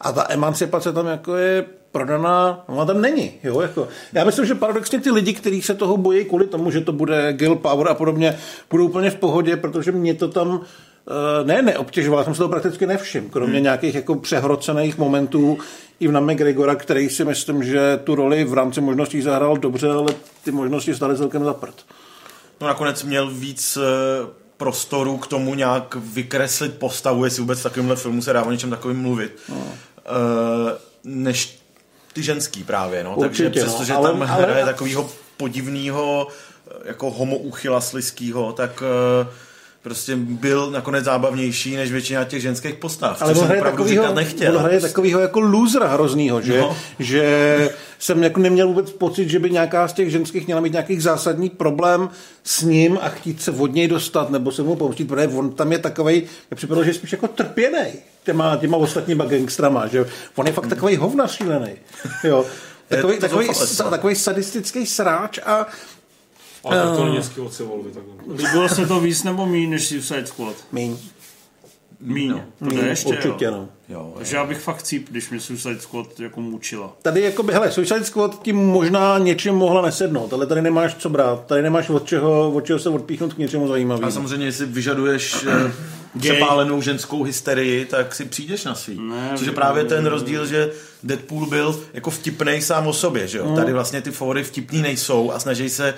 [SPEAKER 4] A ta emancipace tam jako je prodaná, ona tam není. Jo? Jako, já myslím, že paradoxně ty lidi, kteří se toho bojí kvůli tomu, že to bude Gil Power a podobně, budou úplně v pohodě, protože mě to tam eh, ne, neobtěžoval, já jsem se to prakticky nevšiml, kromě hmm. nějakých jako přehrocených momentů Ivna McGregora, který si myslím, že tu roli v rámci možností zahrál dobře, ale ty možnosti staly celkem za prd.
[SPEAKER 10] No nakonec měl víc eh, prostoru k tomu nějak vykreslit postavu, jestli vůbec v takovémhle filmu se dá o něčem takovým mluvit, no. než ty ženský právě, no.
[SPEAKER 4] Určitě,
[SPEAKER 10] Takže
[SPEAKER 4] no,
[SPEAKER 10] přestože
[SPEAKER 4] ale-
[SPEAKER 10] tam
[SPEAKER 4] ale-
[SPEAKER 10] hraje takovýho podivného jako homouchyla sliskýho, tak eh, prostě byl nakonec zábavnější než většina těch ženských postav,
[SPEAKER 4] Ale
[SPEAKER 10] což
[SPEAKER 4] on
[SPEAKER 10] jsem
[SPEAKER 4] hraje,
[SPEAKER 10] opravdu
[SPEAKER 4] takovýho,
[SPEAKER 10] říkat nechtěl.
[SPEAKER 4] on hraje takovýho jako losera hroznýho, že,
[SPEAKER 10] No.
[SPEAKER 4] že jsem jako neměl vůbec pocit, že by nějaká z těch ženských měla mít nějaký zásadní problém s ním a chtít se od něj dostat nebo se mu pouštit, protože on tam je takovej, mě připadalo, že je spíš jako trpěnej těma, těma ostatníma gangstrama, že on je fakt takový hovna šílený, jo. Takový,
[SPEAKER 10] Hmm. to
[SPEAKER 4] takový,
[SPEAKER 10] zoufalec,
[SPEAKER 4] sa-
[SPEAKER 10] no.
[SPEAKER 4] takový sadistický sráč a
[SPEAKER 11] Ale tak to není hezky od Civolvy, takhle.
[SPEAKER 9] Líbilo se to víc nebo míň než Suicide Squad?
[SPEAKER 4] Míň.
[SPEAKER 9] Míň.
[SPEAKER 4] No.
[SPEAKER 9] No. To je
[SPEAKER 4] Míň,
[SPEAKER 9] ještě,
[SPEAKER 4] určitě,
[SPEAKER 9] jo.
[SPEAKER 4] no.
[SPEAKER 10] Jo,
[SPEAKER 9] Takže já bych fakt cíp, když mě Suicide Squad jako mučila.
[SPEAKER 4] Tady jako by, hele, Suicide Squad ti možná něčím mohla nesednout, ale tady nemáš co brát, tady nemáš od čeho, od čeho se odpíchnout k něčemu zajímavému.
[SPEAKER 10] A samozřejmě, jestli vyžaduješ eh,
[SPEAKER 4] Gay.
[SPEAKER 10] přepálenou ženskou hysterii, tak si přijdeš na svý. Což je právě ten rozdíl, že Deadpool byl jako vtipnej sám o sobě, že jo?
[SPEAKER 4] Mm.
[SPEAKER 10] Tady vlastně ty fóry vtipný nejsou a snaží se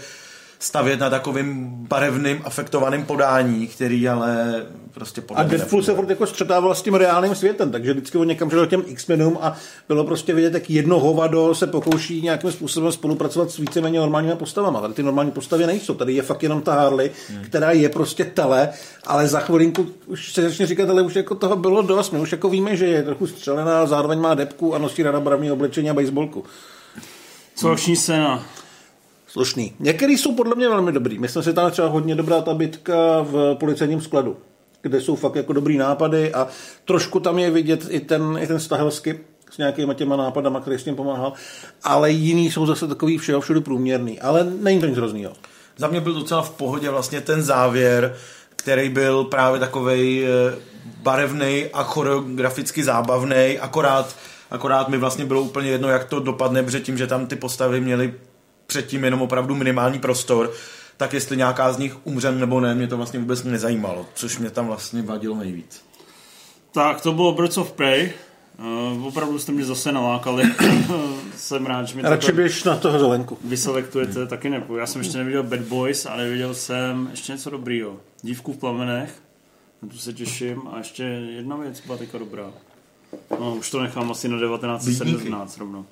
[SPEAKER 10] stavět na takovým barevným, afektovaným podání, který ale prostě podle
[SPEAKER 4] A
[SPEAKER 10] mě
[SPEAKER 4] Deadpool se furt jako střetával s tím reálným světem, takže vždycky on někam šel k těm X-Menům a bylo prostě vidět, jak jedno hovado se pokouší nějakým způsobem spolupracovat s víceméně normálními postavami. Tady ty normální postavy nejsou. Tady je fakt jenom ta Harley, hmm. která je prostě tele, ale za chvilinku už se začne říkat, ale už jako toho bylo dost. My už jako víme, že je trochu střelená, zároveň má depku a nosí rada bravní oblečení a baseballku.
[SPEAKER 9] Co akční scéna?
[SPEAKER 4] Slušný. Některý jsou podle mě velmi dobrý. Myslím si, tam je třeba hodně dobrá ta bitka v policejním skladu, kde jsou fakt jako dobrý nápady a trošku tam je vidět i ten, i ten stahelsky s nějakýma těma nápadama, který s tím pomáhal, ale jiný jsou zase takový všeho všude průměrný, ale není to nic hroznýho.
[SPEAKER 10] Za mě byl docela v pohodě vlastně ten závěr, který byl právě takovej eh, barevnej a choreograficky zábavný, akorát, akorát mi vlastně bylo úplně jedno, jak to dopadne, protože tím, že tam ty postavy měly předtím jenom opravdu minimální prostor, tak jestli nějaká z nich umře nebo ne, mě to vlastně vůbec nezajímalo, což mě tam vlastně vadilo nejvíc.
[SPEAKER 9] Tak, to bylo Birds of Prey. Uh, opravdu jste mě zase nalákali. jsem rád, že mi
[SPEAKER 4] Radši
[SPEAKER 9] takhle
[SPEAKER 4] běž na toho zelenku.
[SPEAKER 9] vyselektujete, taky nepůjdu. Já jsem ještě neviděl Bad Boys a neviděl jsem ještě něco dobrýho. Dívku v plamenech, na tu se těším. A ještě jedna věc byla teďka dobrá. No, už to nechám asi na 1917 rovnou.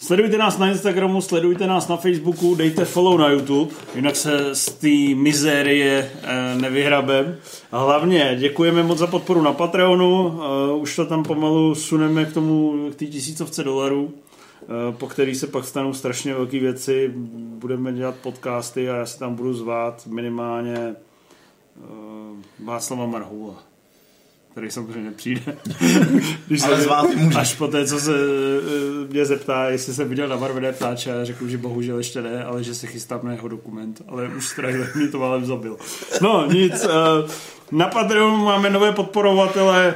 [SPEAKER 9] Sledujte nás na Instagramu, sledujte nás na Facebooku, dejte follow na YouTube, jinak se z té mizérie eh, nevyhrabem. A hlavně děkujeme moc za podporu na Patreonu, eh, už to tam pomalu suneme k tomu, k té tisícovce dolarů, eh, po který se pak stanou strašně velké věci, budeme dělat podcasty a já se tam budu zvát minimálně eh, Václava Marhoula který samozřejmě přijde. Když
[SPEAKER 10] Ale
[SPEAKER 9] se-
[SPEAKER 10] zvát může.
[SPEAKER 9] Až po té, co se eh, mě zeptá, jestli jsem viděl na Marvené ptáče, já řekl, že bohužel ještě ne, ale že se chystám na jeho dokument. Ale už trailer mě to málem zabil. No, nic. eh, Na Patreonu máme nové podporovatele.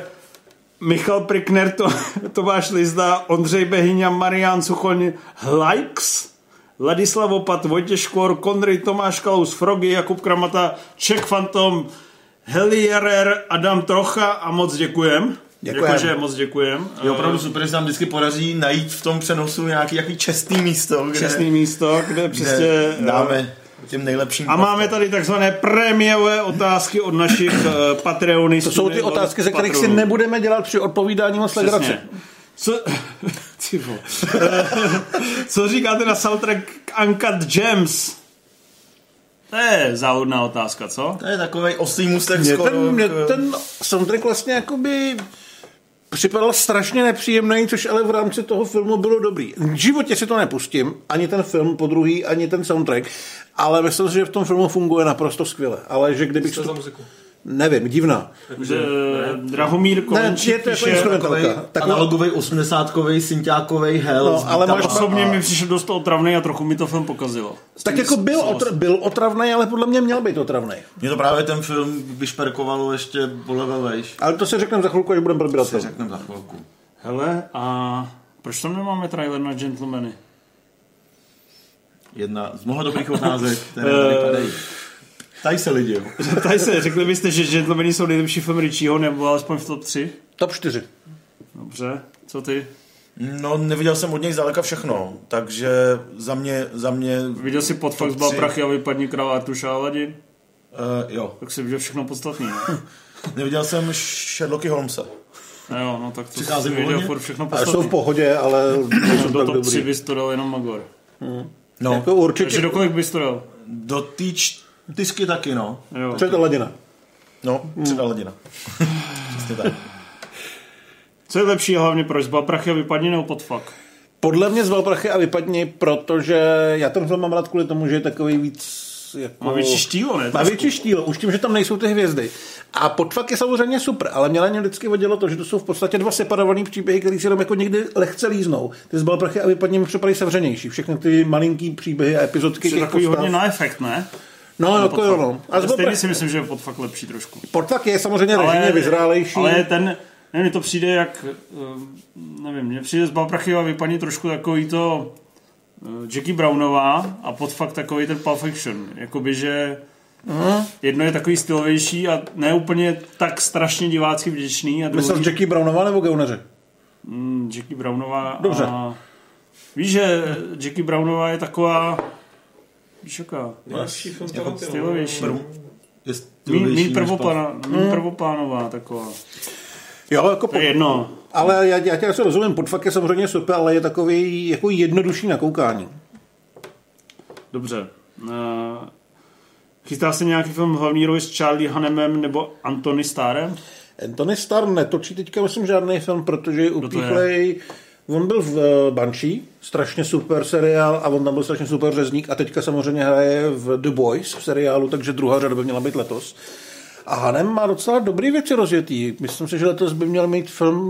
[SPEAKER 9] Michal Prikner, to, Tomáš Lizda, Ondřej Behyňa, Marian Suchoň, Hlajks, Ladislav Opat, Vojtěš Škvor, Konry, Tomáš Kalous, Frogy, Jakub Kramata, Ček Fantom, Heli Jarer, Adam Trocha a moc děkujem.
[SPEAKER 10] Děkujem.
[SPEAKER 9] Jakože moc děkujem. Eh,
[SPEAKER 10] Je opravdu super, že se nám vždycky podaří najít v tom přenosu nějaký, nějaký čestný místo, kde,
[SPEAKER 9] Přesný místo, kde přesně... eh,
[SPEAKER 10] kde dáme těm nejlepším.
[SPEAKER 9] A máme tady takzvané prémiové otázky od našich eh, Patreonistů.
[SPEAKER 4] To jsou ty
[SPEAKER 9] nebo
[SPEAKER 4] otázky, ze kterých si
[SPEAKER 9] patronů.
[SPEAKER 4] nebudeme dělat při odpovídání moc legraci.
[SPEAKER 9] Přesně. Co, ty vole. Eh, co říkáte na soundtrack k Uncut Gems? To je záhodná otázka, co?
[SPEAKER 10] To je takový osý mustek
[SPEAKER 4] Mě
[SPEAKER 10] skoro.
[SPEAKER 4] ten, mě
[SPEAKER 10] k-
[SPEAKER 4] ten soundtrack vlastně jakoby připadal strašně nepříjemný, což ale v rámci toho filmu bylo dobrý. V životě si to nepustím, ani ten film po druhý, ani ten soundtrack, ale myslím si, že v tom filmu funguje naprosto skvěle. Ale že kdybych...
[SPEAKER 11] Co
[SPEAKER 4] to-
[SPEAKER 11] za muziku?
[SPEAKER 4] Nevím, divná.
[SPEAKER 9] Že Eh, Drahomír
[SPEAKER 4] Ne,
[SPEAKER 9] Kovenčík
[SPEAKER 4] je to jako
[SPEAKER 9] píše,
[SPEAKER 10] Takovej
[SPEAKER 4] instrumentalka. Taková,
[SPEAKER 10] analogovej, osmdesátkovej, synťákovej hell.
[SPEAKER 4] No,
[SPEAKER 10] s
[SPEAKER 4] ale
[SPEAKER 10] beatama.
[SPEAKER 4] máš
[SPEAKER 9] osobně mi přišel dost otravný a trochu mi to film pokazilo. S
[SPEAKER 4] tak
[SPEAKER 9] tím
[SPEAKER 4] jako byl,
[SPEAKER 9] souhlasím.
[SPEAKER 4] otr, byl otravný, ale podle mě měl být otravný.
[SPEAKER 10] Mě to právě ten film vyšperkovalo ještě bolevel vejš.
[SPEAKER 4] Ale to si řekneme za chvilku, až budeme probírat
[SPEAKER 10] To
[SPEAKER 4] film.
[SPEAKER 10] řekneme za chvilku.
[SPEAKER 9] Hele, a proč tam nemáme trailer na Gentlemany?
[SPEAKER 10] Jedna z mnoha dobrých otázek, které tady padají. Tady se lidi, jo.
[SPEAKER 9] Tady se, řekli byste, že Gentlemany jsou nejlepší film Richieho, nebo alespoň v top 3?
[SPEAKER 4] Top 4.
[SPEAKER 9] Dobře, co ty?
[SPEAKER 10] No, neviděl jsem od něj zdaleka všechno, takže za mě, za mě,
[SPEAKER 9] Viděl jsi pod Fox
[SPEAKER 10] tři.
[SPEAKER 9] prachy a vypadní král Artuša Aladin?
[SPEAKER 10] uh, jo.
[SPEAKER 9] Tak si viděl všechno no. podstatné. ne?
[SPEAKER 10] Neviděl jsem Sherlocka Holmesa.
[SPEAKER 9] No jo, no tak to
[SPEAKER 10] Přichází
[SPEAKER 9] si viděl
[SPEAKER 10] pohodně?
[SPEAKER 9] furt všechno
[SPEAKER 4] A jsou v
[SPEAKER 9] podstatné.
[SPEAKER 4] pohodě, ale nejsou
[SPEAKER 9] Do
[SPEAKER 4] tak
[SPEAKER 9] top 3
[SPEAKER 4] dobrý.
[SPEAKER 9] bys to dal jenom Magor.
[SPEAKER 10] No,
[SPEAKER 4] Jako
[SPEAKER 9] Takže
[SPEAKER 4] určitě.
[SPEAKER 9] do kolik bys to dal?
[SPEAKER 10] do týč, tisky taky, no.
[SPEAKER 9] Jo.
[SPEAKER 4] Co je to ladina?
[SPEAKER 10] No, třeba hladina. Přesně tak.
[SPEAKER 9] Co je lepší a hlavně proč? Zbal prachy a vypadni nebo pod fuck?
[SPEAKER 4] Podle mě zval prachy a vypadni, protože já ten film mám rád kvůli tomu, že je takový víc jako...
[SPEAKER 9] Má větší štílo, ne?
[SPEAKER 4] Má větší štíl, už tím, že tam nejsou ty hvězdy. A potvak je samozřejmě super, ale mě na ně vždycky vadilo to, že to jsou v podstatě dva separované příběhy, které si jenom jako někdy lehce líznou. Ty zbal prchy a vypadně mi připadají sevřenější. Všechny ty malinký příběhy a epizodky.
[SPEAKER 9] To je takový hodně na efekt, ne?
[SPEAKER 4] No,
[SPEAKER 9] Ten
[SPEAKER 4] jako
[SPEAKER 9] podfak.
[SPEAKER 4] jo, no. A
[SPEAKER 9] Ale
[SPEAKER 4] zbal
[SPEAKER 9] stejně
[SPEAKER 4] prchy-
[SPEAKER 9] si myslím, že je podfak lepší trošku.
[SPEAKER 4] Potvak je samozřejmě režimně vyzrálejší.
[SPEAKER 9] Ale ten, nevím, mně to přijde jak, eh, nevím, mně přijde z Balprachyva vypadní trošku takový to eh, Jackie Brownová a pod fakt takový ten Pulp Fiction. Jakoby, že
[SPEAKER 4] Mhm.
[SPEAKER 9] jedno je takový stylovější a ne úplně tak strašně divácky vděčný. A druhý...
[SPEAKER 4] Myslel Jackie Brownová nebo Gauneře?
[SPEAKER 9] Mm, Jackie Brownová.
[SPEAKER 4] Dobře.
[SPEAKER 9] A... Víš, že Jackie Brownová je taková... Víš, jaká?
[SPEAKER 11] Nejlepší film
[SPEAKER 9] Jako
[SPEAKER 11] Tarantino.
[SPEAKER 9] stylovější.
[SPEAKER 11] Prv-
[SPEAKER 10] je
[SPEAKER 9] Mín,
[SPEAKER 10] stylovější
[SPEAKER 9] mín,
[SPEAKER 10] než
[SPEAKER 9] prvoplána,
[SPEAKER 10] Pulp-
[SPEAKER 9] mín
[SPEAKER 10] Mm.
[SPEAKER 9] prvoplánová taková.
[SPEAKER 4] Jo, jako
[SPEAKER 9] To je jedno.
[SPEAKER 4] Ale já, já tě asi rozumím, podfak je samozřejmě super, ale je takový jako jednodušší na koukání.
[SPEAKER 9] Dobře. Eh, Chystá se nějaký film hlavní roli s Charlie Hannemem nebo Anthony Starem?
[SPEAKER 4] Anthony Starr netočí teďka, myslím, žádný film, protože je upíchlej. On byl v eh, Banshee, strašně super seriál a on tam byl strašně super řezník a teďka samozřejmě hraje v The Boys v seriálu, takže druhá řada by měla být letos. A Hanem má docela dobrý věci rozjetý. Myslím si, že letos by měl mít film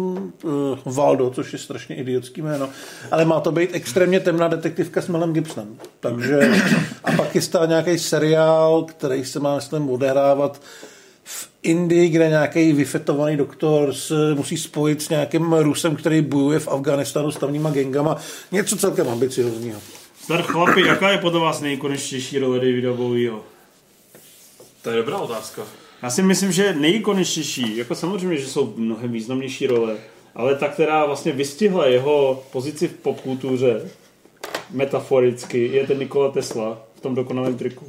[SPEAKER 4] uh, Valdo, což je strašně idiotský jméno, ale má to být extrémně temná detektivka s Melem Gibsonem. Takže a pak chystá nějaký seriál, který se má, myslím, odehrávat v Indii, kde nějaký vyfetovaný doktor se musí spojit s nějakým Rusem, který bojuje v Afganistánu s tamníma gengama. Něco celkem ambiciozního.
[SPEAKER 9] Star chlapi, jaká je podle vás nejkonečtější role Davida Bowieho?
[SPEAKER 11] To je dobrá otázka.
[SPEAKER 9] Já si myslím, že nejikoničtější, jako samozřejmě, že jsou mnohem významnější role, ale ta, která vlastně vystihla jeho pozici v popkultuře, metaforicky, je ten Nikola Tesla v tom dokonalém triku.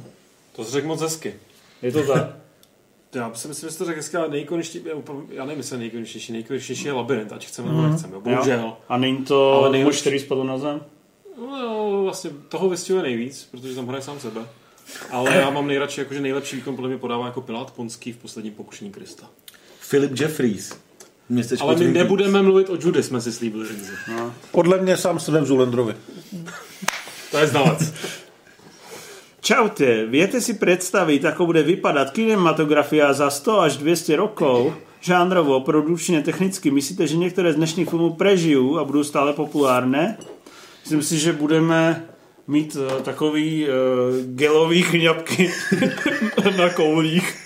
[SPEAKER 11] To jsi řekl moc hezky.
[SPEAKER 9] Je to tak?
[SPEAKER 11] Já si myslím, že jsi to řekl hezky, ale nejkonečtější, já úplně- já nevím, jestli nejkonečtější, nejkonečtější je labirint, ať chceme nebo
[SPEAKER 9] Mhm.
[SPEAKER 11] nechceme, jo, bohužel.
[SPEAKER 9] Jo. A není to
[SPEAKER 11] Ale
[SPEAKER 9] ale
[SPEAKER 11] nejhorší-
[SPEAKER 9] muž, který spadl na zem?
[SPEAKER 11] No, jo, vlastně toho vystihuje nejvíc, protože tam hraje sám sebe. Ale já mám nejradši, jakože nejlepší výkon podle mě podává jako Pilát Ponský v posledním pokušení Krista.
[SPEAKER 10] Philip Jeffries. Městečko
[SPEAKER 11] Ale my
[SPEAKER 10] Twin Peaks.
[SPEAKER 11] nebudeme mluvit o Judy, jsme si slíbili říct.
[SPEAKER 9] No.
[SPEAKER 4] Podle mě sám sebe v Zulandrovi.
[SPEAKER 11] To je znalec.
[SPEAKER 9] Čaute, viete si predstaviť, ako bude vypadať kinematografia za 100 až 200 rokov? Žánrovo, produkčne, technicky, myslíte, že niektoré z dnešných filmů prežijú a budú stále populárne? Myslím si, že budeme mít eh, takový uh, gelový chňapky na koulích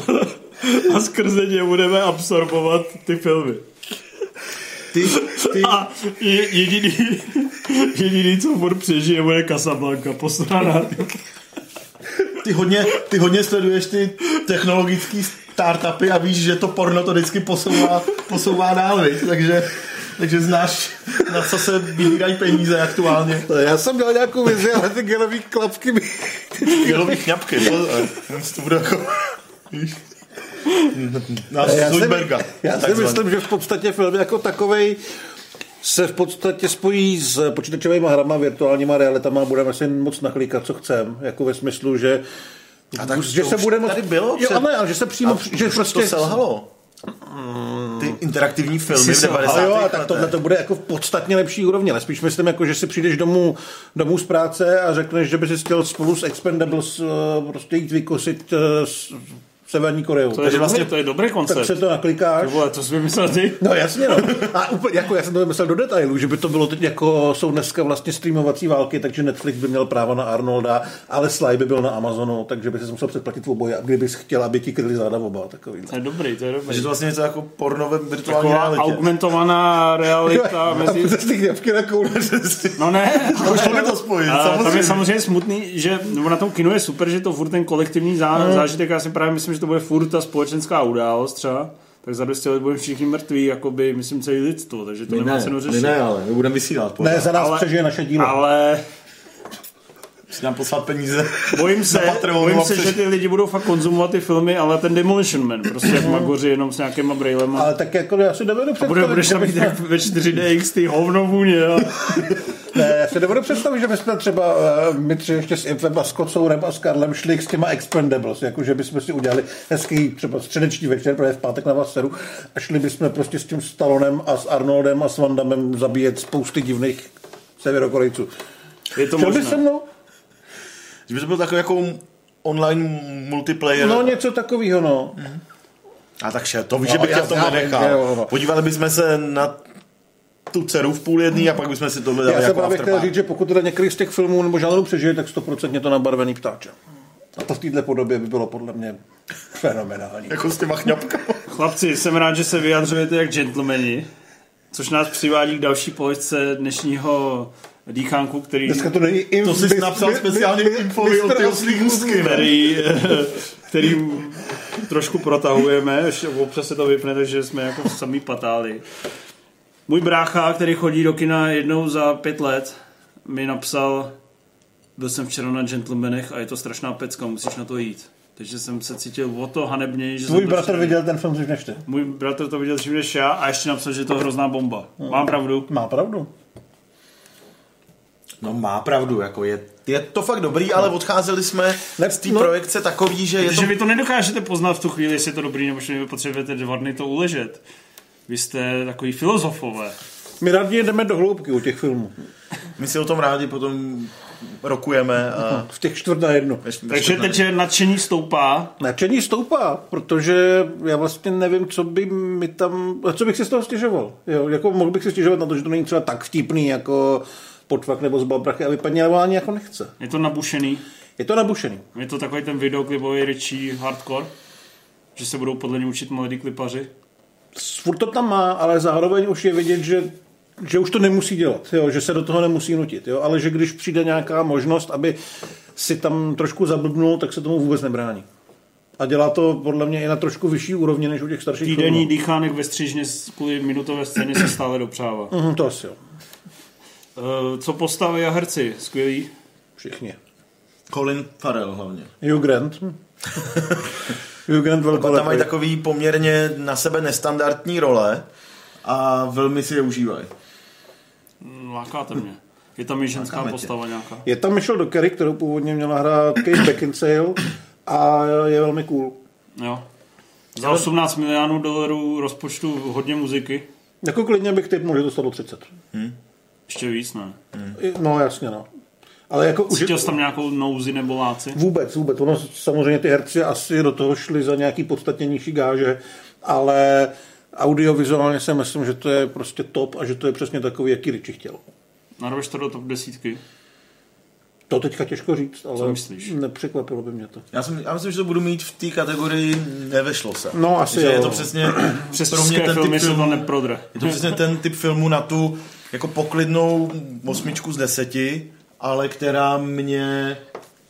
[SPEAKER 9] a skrze ně budeme absorbovat ty filmy.
[SPEAKER 10] Ty, ty...
[SPEAKER 9] A je- jediný, jediný, co furt přežije, bude Casablanca, posraná.
[SPEAKER 10] Ty hodně, ty hodně sleduješ ty technologické startupy a víš, že to porno to vždycky posouvá, posouvá dál, viď? takže, takže znáš, na co se vybírají peníze aktuálně.
[SPEAKER 4] Já jsem dal nějakou vizi, ale ty gelový klapky mi...
[SPEAKER 10] Jelový kňapky, to bude jako... víš? Na
[SPEAKER 4] já si,
[SPEAKER 10] Sundberga.
[SPEAKER 4] já si
[SPEAKER 10] takzvaně.
[SPEAKER 4] myslím, že v podstatě film jako takovej se v podstatě spojí s počítačovými hrama, virtuálníma realitama a budeme si moc nachlíkat, co chceme. Jako ve smyslu, že
[SPEAKER 10] A tak
[SPEAKER 4] že
[SPEAKER 10] to
[SPEAKER 4] se
[SPEAKER 10] už
[SPEAKER 4] bude moc...
[SPEAKER 10] tady bylo
[SPEAKER 4] jo,
[SPEAKER 10] před-
[SPEAKER 4] ale, ale že se přímo...
[SPEAKER 10] A
[SPEAKER 4] že
[SPEAKER 10] už
[SPEAKER 4] prostě...
[SPEAKER 10] to selhalo. Ty interaktivní filmy v
[SPEAKER 4] Jsi se-
[SPEAKER 10] 90.
[SPEAKER 4] Ale jo, a tak
[SPEAKER 10] letech.
[SPEAKER 4] tohle to bude jako v podstatně lepší úrovni, ale spíš myslím, jako, že si přijdeš domů, domů z práce a řekneš, že by si chtěl spolu s Expendables eh, prostě jít vykosit eh, s Severní Koreu.
[SPEAKER 9] To je,
[SPEAKER 10] Takže vlastně-
[SPEAKER 9] vlastně, to je dobrý
[SPEAKER 4] tak
[SPEAKER 9] koncept.
[SPEAKER 4] se to naklikáš.
[SPEAKER 9] Ty vole, to jsi vymyslel ty?
[SPEAKER 4] No jasně, no. A úplně, jako já jsem to vymyslel do detailu, že by to bylo teď jako, jsou dneska vlastně streamovací války, takže Netflix by měl práva na Arnolda, ale Sly by byl na Amazonu, takže by se musel předplatit oboje, a kdybys chtěl, aby ti kryli záda oba, takový.
[SPEAKER 9] To je dobrý, to je dobrý.
[SPEAKER 10] Že to vlastně něco jako porno ve virtuální
[SPEAKER 9] Taková
[SPEAKER 10] realitě.
[SPEAKER 9] augmentovaná realita mezi...
[SPEAKER 4] A ty kněvky na koule.
[SPEAKER 9] No ne,
[SPEAKER 10] A už to by to spojit,
[SPEAKER 9] A tam
[SPEAKER 10] samozřejmě.
[SPEAKER 9] je samozřejmě smutný, že nebo na tom kinu je super, že to furt ten kolektivní zá,
[SPEAKER 10] No.
[SPEAKER 9] zážitek, já si právě myslím, že to bude furt ta společenská událost třeba, tak za 200 let budeme všichni mrtví, jakoby, myslím, celý lidstvo, takže to nemá cenu řešit.
[SPEAKER 10] ale my budeme vysílat. Pořád.
[SPEAKER 4] Ne, za nás
[SPEAKER 9] Ale-
[SPEAKER 4] přežije naše dílo.
[SPEAKER 9] Ale
[SPEAKER 10] Musí nám poslat peníze.
[SPEAKER 9] bojím se,
[SPEAKER 10] Na Patreonu
[SPEAKER 9] bojím
[SPEAKER 10] a
[SPEAKER 9] se,
[SPEAKER 10] přes-
[SPEAKER 9] že ty lidi budou fakt konzumovat ty filmy, ale ten Demolition Man, prostě
[SPEAKER 10] No.
[SPEAKER 9] jak magoři jenom s nějakýma brejlema.
[SPEAKER 4] Ale tak jako já si dovedu představit,
[SPEAKER 9] Bude, budeš
[SPEAKER 4] že
[SPEAKER 9] tam mít
[SPEAKER 4] bychom-
[SPEAKER 9] jak ve 4DX ty hovno vůně. jo.
[SPEAKER 4] ne, Eh, já si dovedu představit, že bychom třeba eh, my tři ještě s Ivem a Scott Sourem a s Karlem šli s těma Expendables, jako že bychom si udělali hezký třeba středeční večer, protože v pátek na vás seru a šli bychom prostě s tím Stallonem a s Arnoldem a s Van Dammem zabíjet spousty divných severokorejců.
[SPEAKER 9] Je to
[SPEAKER 4] Šel by se
[SPEAKER 9] možné.
[SPEAKER 4] mnou?
[SPEAKER 10] Že by to byl takový jako online multiplayer.
[SPEAKER 4] No něco takového, no.
[SPEAKER 10] A tak šel, to víš, že bych já, to nenechal. Podívali bychom se na tu dceru v půl jedný a pak bychom si tohle dali
[SPEAKER 4] Já jsem
[SPEAKER 10] jako
[SPEAKER 4] právě
[SPEAKER 10] after
[SPEAKER 4] chtěl
[SPEAKER 10] party.
[SPEAKER 4] říct, že pokud teda některý z těch filmů nebo žánrů přežije, tak stoprocentně to nabarvený ptáče. A to v této podobě by bylo podle mě fenomenální.
[SPEAKER 10] Jako s těma chňapkama.
[SPEAKER 9] Chlapci, jsem rád, že se vyjadřujete jak gentlemani, což nás přivádí k další položce dnešního dýchánku, který...
[SPEAKER 4] Dneska to není im-
[SPEAKER 10] To jsi
[SPEAKER 4] mis-
[SPEAKER 10] napsal
[SPEAKER 4] mi-
[SPEAKER 10] speciálně
[SPEAKER 4] mi-
[SPEAKER 10] infolio,
[SPEAKER 4] mistr
[SPEAKER 10] ty
[SPEAKER 4] a
[SPEAKER 10] oslí úzky, ne?
[SPEAKER 9] který, který trošku protahujeme, ještě občas se to vypne, takže jsme jako samý patáli. Můj brácha, který chodí do kina jednou za pět let, mi napsal, byl jsem včera na Gentlemanech a je to strašná pecka, musíš na to jít. Takže jsem se cítil o to hanebněji, že
[SPEAKER 4] Tvůj
[SPEAKER 9] jsem to
[SPEAKER 4] bratr
[SPEAKER 9] včera-
[SPEAKER 4] viděl ten film, což než ty.
[SPEAKER 9] Můj bratr to viděl dřív než já a ještě napsal, že je to hrozná bomba.
[SPEAKER 4] No.
[SPEAKER 9] Mám pravdu.
[SPEAKER 4] Má pravdu.
[SPEAKER 10] No má pravdu, jako je, je to fakt dobrý, ale odcházeli jsme z té
[SPEAKER 4] no.
[SPEAKER 10] projekce takový, že je to...
[SPEAKER 9] No. Protože vy to nedokážete poznat v tu chvíli, jestli je to dobrý, nebo že vy potřebujete dva dny to uležet. Vy jste takový filozofové.
[SPEAKER 4] My rádi jdeme do hloubky u těch filmů.
[SPEAKER 10] My si o tom rádi potom rokujeme a...
[SPEAKER 4] V těch čtvrt na jednu.
[SPEAKER 10] Než, než
[SPEAKER 9] Takže
[SPEAKER 10] to ne-
[SPEAKER 9] teď je nadšení stoupá.
[SPEAKER 4] Nadšení stoupá, protože já vlastně nevím, co by mi tam, co bych si z toho stěžoval. Jo, jako mohl bych si stěžovat na to, že to není třeba tak vtipný jako potvak nebo z babrachy a vypadně, ale ani jako nechce.
[SPEAKER 9] Je to nabušený.
[SPEAKER 4] Je to nabušený.
[SPEAKER 9] Je to takový ten videoklibový rečí hardcore. Že se budou podle něj učit mladí klipaři.
[SPEAKER 4] Furt to tam má, ale zároveň už je vidět, že že už to nemusí dělat, jo, že se do toho nemusí nutit, jo, ale že když přijde nějaká možnost, aby si tam trošku zablbnul, tak se tomu vůbec nebrání. A dělá to podle mě i na trošku vyšší úrovni než u těch starších
[SPEAKER 9] Týdenní
[SPEAKER 4] filmů.
[SPEAKER 9] dýchánek ve střižně s- kvůli minutové scéně se stále dopřává.
[SPEAKER 4] Mhm, to asi jo.
[SPEAKER 9] Eh, Co postavy a herci? Skvělý.
[SPEAKER 4] Všichni.
[SPEAKER 10] Colin Farrell hlavně.
[SPEAKER 4] Hugh Grant. Hugh Grant
[SPEAKER 10] Oba tam mají
[SPEAKER 4] velkolepý.
[SPEAKER 10] takový poměrně na sebe nestandardní role a velmi si je užívají.
[SPEAKER 9] Mm, Lákáte mě. Je tam i ženská
[SPEAKER 10] Lákáme tě.
[SPEAKER 9] postava nějaká.
[SPEAKER 4] Je tam Michelle Dockery, kterou původně měla hrát Kate Beckinsale a je velmi cool.
[SPEAKER 9] Jo. Za 18 milionů dolarů rozpočtu hodně muziky.
[SPEAKER 4] Jako klidně bych typnul, že to stalo 30.
[SPEAKER 9] Ještě víc, ne?
[SPEAKER 4] I- No jasně, no. Ale jako už
[SPEAKER 9] Cítil jsi tam nějakou nouzi nebo láci?
[SPEAKER 4] vůbec, vůbec. Ono samozřejmě ty herci asi do toho šli za nějaký podstatně nižší gáže, ale audiovizuálně si myslím, že to je prostě top a že to je přesně takový, jaký Richie chtěl.
[SPEAKER 9] Narveš to do top desítky?
[SPEAKER 4] To teďka těžko říct, ale
[SPEAKER 9] myslíš?
[SPEAKER 4] nepřekvapilo by mě to.
[SPEAKER 10] Já, jsem, já myslím, že to budu mít v té kategorii nevešlo se.
[SPEAKER 4] No, asi
[SPEAKER 10] že
[SPEAKER 4] jo.
[SPEAKER 10] je to přesně
[SPEAKER 9] Přes
[SPEAKER 10] pro mě
[SPEAKER 9] české
[SPEAKER 10] ten
[SPEAKER 9] filmy
[SPEAKER 10] typ
[SPEAKER 9] se to
[SPEAKER 10] filmu,
[SPEAKER 9] neprodre.
[SPEAKER 10] je to přesně ten typ filmu na tu jako poklidnou osmičku z deseti, ale která mě,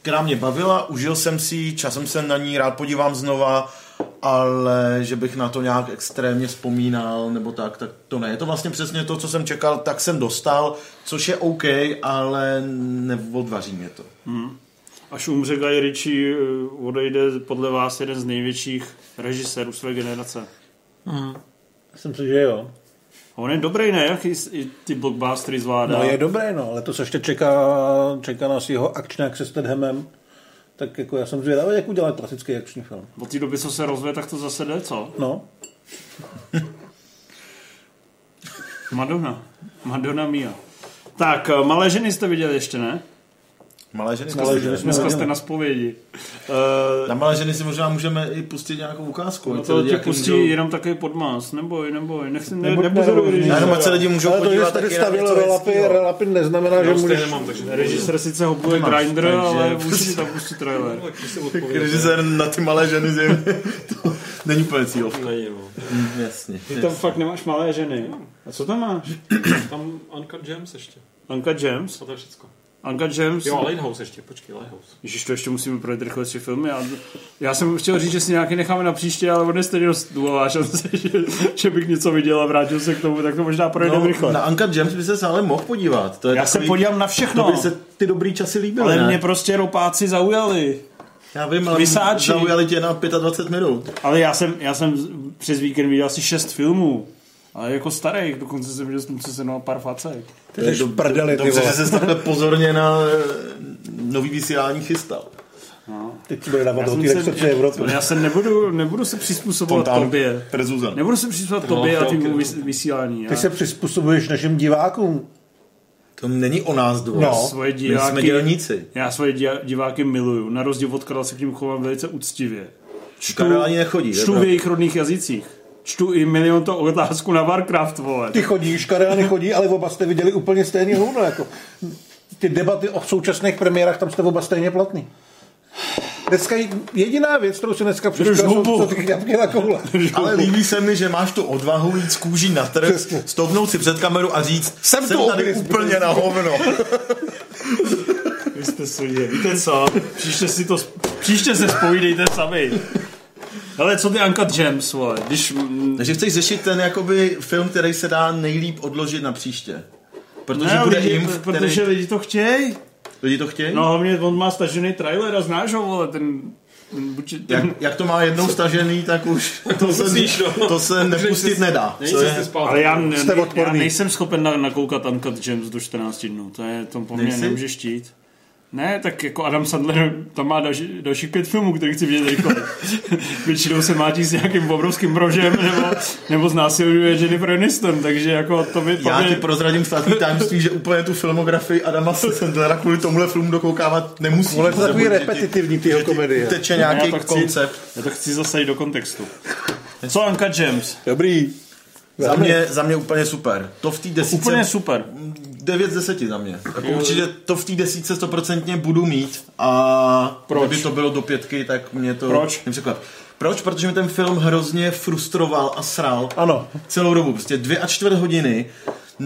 [SPEAKER 10] která mě bavila, užil jsem si ji, časem se na ní rád podívám znova, ale že bych na to nějak extrémně vzpomínal nebo tak, tak to ne. Je to vlastně přesně to, co jsem čekal, tak jsem dostal, což je OK, ale neodvaří mě to.
[SPEAKER 9] Až umře Guy Ritchie, eh, odejde podle vás jeden z největších režisérů své generace.
[SPEAKER 4] Myslím si, že jo.
[SPEAKER 9] A On je dobrý, ne? Jak i s- i ty blockbustery zvládá.
[SPEAKER 4] No je dobré, no, ale to se ještě čeká, čeká nás jeho akčňák se Stedhamem. Tak jako já jsem zvědavý, jak udělat klasický akční film.
[SPEAKER 9] Od té doby, co se rozve, tak to zase jde, co?
[SPEAKER 4] No,
[SPEAKER 9] Madonna. Madonna Mia. Tak, eh, malé ženy jste viděli ještě, ne?
[SPEAKER 10] Malé ženy
[SPEAKER 4] Malé
[SPEAKER 10] jsme
[SPEAKER 4] ženy
[SPEAKER 10] viděli.
[SPEAKER 4] jsme
[SPEAKER 9] Dneska
[SPEAKER 4] viděli.
[SPEAKER 9] jste na zpovědi.
[SPEAKER 10] Na malé ženy si možná můžeme i pustit nějakou ukázku.
[SPEAKER 9] Uh,
[SPEAKER 10] ať
[SPEAKER 9] to
[SPEAKER 10] lidi
[SPEAKER 9] ti
[SPEAKER 10] jakým
[SPEAKER 9] pustí
[SPEAKER 10] jdou-
[SPEAKER 9] jenom takový podmás. Neboj, neboj. Nech, ne,
[SPEAKER 4] Nebuďme
[SPEAKER 9] nepozoruj
[SPEAKER 4] nervózní.
[SPEAKER 10] Já jenom ať se
[SPEAKER 9] režiséra.
[SPEAKER 10] lidi můžou
[SPEAKER 4] ale to, že
[SPEAKER 10] podívat
[SPEAKER 4] jsi tady
[SPEAKER 10] taky na
[SPEAKER 4] stavil
[SPEAKER 10] něco
[SPEAKER 4] relapy,
[SPEAKER 10] hezkýho.
[SPEAKER 4] relapy neznamená, že
[SPEAKER 11] Já už stejně
[SPEAKER 4] můžeš...
[SPEAKER 11] nemám, takže
[SPEAKER 9] Režisér sice hobuje
[SPEAKER 10] Nemáš,
[SPEAKER 9] grinder,
[SPEAKER 10] takže-
[SPEAKER 9] ale musí tam pustit trailer.
[SPEAKER 11] Tak se odpověděl.
[SPEAKER 10] Režisér na ty malé ženy zjevně. To není úplně cílovka. Mm,
[SPEAKER 11] Ne, no.
[SPEAKER 10] Jasně.
[SPEAKER 9] Ty tam fakt nemáš malé ženy. A co tam máš?
[SPEAKER 11] Tam Uncut Gems ještě.
[SPEAKER 9] Anka James?
[SPEAKER 11] A to je všecko.
[SPEAKER 9] Anka James?
[SPEAKER 11] Jo, a Lighthouse ještě, počkej, Lighthouse.
[SPEAKER 9] Ježiš, to ještě musíme projet rychle tři filmy. Já, já jsem chtěl říct, že si nějaký necháme na příště, ale on je stejně dost důležitá šance, že, že, bych něco viděl a vrátil se k tomu, tak to možná projedeme
[SPEAKER 10] No,
[SPEAKER 9] rychle.
[SPEAKER 10] na Anka James by se ale mohl podívat. To je
[SPEAKER 9] Já se
[SPEAKER 10] takový-
[SPEAKER 9] podívám na
[SPEAKER 10] To
[SPEAKER 9] všechno,
[SPEAKER 10] by se ty dobrý časy líbily,
[SPEAKER 9] ale
[SPEAKER 10] ne?
[SPEAKER 9] mě prostě ropáci zaujali.
[SPEAKER 10] Já vím, ale
[SPEAKER 9] vysáčí.
[SPEAKER 10] zaujali tě na 25 minut.
[SPEAKER 9] Ale já jsem, já jsem z- přes víkend viděl asi šest filmů. Ale jako starý, dokonce jsem viděl s tím, co se na pár facek.
[SPEAKER 10] To je
[SPEAKER 4] jsi
[SPEAKER 10] dob-
[SPEAKER 4] v prdeli, ty
[SPEAKER 10] Dobře,
[SPEAKER 4] vole.
[SPEAKER 10] že jsi takhle pozorně na eh, nový vysílání chystal.
[SPEAKER 4] Teď ti bude dávat
[SPEAKER 9] Já jsem
[SPEAKER 4] hotýlek
[SPEAKER 9] se-
[SPEAKER 4] srdce Evropy.
[SPEAKER 9] Já se nebudu, nebudu se přizpůsobovat
[SPEAKER 10] Fontán
[SPEAKER 9] tobě.
[SPEAKER 10] Prezuzan.
[SPEAKER 9] Nebudu se přizpůsobovat tobě a
[SPEAKER 11] Fontán
[SPEAKER 9] týmu
[SPEAKER 11] Prezuzan.
[SPEAKER 9] vys- vysílání. Já.
[SPEAKER 4] Ty se přizpůsobuješ našim divákům.
[SPEAKER 10] To není o nás dvou.
[SPEAKER 4] No.
[SPEAKER 9] svoje
[SPEAKER 10] My
[SPEAKER 9] diváky,
[SPEAKER 10] jsme dělníci.
[SPEAKER 9] Já svoje dia- diváky miluju. Na rozdíl od Karla se k ním chovám velice úctivě. čtu,
[SPEAKER 10] Karel ani nechodí,
[SPEAKER 9] čtu
[SPEAKER 10] dobrá.
[SPEAKER 9] v jejich rodných jazycích. Čtu i milion to otázku na Warcraft, vole.
[SPEAKER 4] Ty chodíš, Karel nechodí, ale oba jste viděli úplně stejný hovno. Jako. Ty debaty o současných premiérách, tam jste oba stejně platný. Dneska je- jediná věc, kterou si dneska přišla, jsou,
[SPEAKER 10] hubu.
[SPEAKER 4] jsou ty chňapky na koule.
[SPEAKER 10] Ale líbí se mi, že máš tu odvahu jít z kůží na trh,
[SPEAKER 4] Přesně.
[SPEAKER 10] stoupnout si před kameru a říct, jsem,
[SPEAKER 4] tu,
[SPEAKER 10] tady
[SPEAKER 4] Chris."
[SPEAKER 10] úplně na hovno.
[SPEAKER 9] Vy jste svině, víte co? Příště si to, příště se spojídejte sami. Hele, co ty Anka James, vole? Když, mm,
[SPEAKER 10] Takže chceš řešit ten jakoby film, který se dá nejlíp odložit na příště. Protože
[SPEAKER 9] ne,
[SPEAKER 10] bude
[SPEAKER 9] lidi,
[SPEAKER 10] imp,
[SPEAKER 9] protože
[SPEAKER 10] který...
[SPEAKER 9] lidi to chtějí.
[SPEAKER 10] Lidi to chtějí?
[SPEAKER 9] No hlavně on má stažený trailer a znáš ho, vole, ten... ten, buď- ten
[SPEAKER 10] Jak, jak to má jednou stažený, tak už to, se,
[SPEAKER 11] musíš, no.
[SPEAKER 10] to se nepustit nedá.
[SPEAKER 11] Není
[SPEAKER 10] Co je-
[SPEAKER 11] cesty
[SPEAKER 9] Ale
[SPEAKER 11] zpátky.
[SPEAKER 9] já, ne,
[SPEAKER 4] Jste
[SPEAKER 9] já
[SPEAKER 4] odporný.
[SPEAKER 9] nejsem schopen na, nakoukat Uncut Gems do 14 dnů, to je tom po mně
[SPEAKER 10] Nejsi?
[SPEAKER 9] nemůžeš štít. Ne, tak jako Adam Sandler tam má další, dalších pět filmů, které chci vidět rychle. Většinou se mátí s nějakým obrovským brožem nebo, nebo znásilňuje Jennifer Aniston, takže jako to mi... to
[SPEAKER 10] Já
[SPEAKER 9] mi-
[SPEAKER 10] ti prostě prozradím státní tajemství, že úplně tu filmografii Adama Sandlera kvůli tomuhle filmu dokoukávat nemusí.
[SPEAKER 4] Vole, to je takový
[SPEAKER 10] Že ti-
[SPEAKER 4] repetitivní ty jeho
[SPEAKER 10] že ti
[SPEAKER 4] komedie.
[SPEAKER 10] Teče
[SPEAKER 9] No, Já
[SPEAKER 10] nějaký
[SPEAKER 9] to chci-
[SPEAKER 10] koncept.
[SPEAKER 9] Já to chci zase jít do kontextu. Co Uncut Gems?
[SPEAKER 4] Dobrý.
[SPEAKER 10] Za mě, za mě úplně super. To v té desíce...
[SPEAKER 9] Úplně super.
[SPEAKER 10] 9 z 10 za mě. Jako určitě to v té desíce stoprocentně budu mít a
[SPEAKER 9] Proč?
[SPEAKER 10] kdyby to bylo do pětky, tak mě to...
[SPEAKER 9] Proč?
[SPEAKER 10] Nepřekvap. Proč? Protože mě ten film hrozně frustroval a sral.
[SPEAKER 4] Ano.
[SPEAKER 10] Celou dobu. Prostě dvě a čtvrt hodiny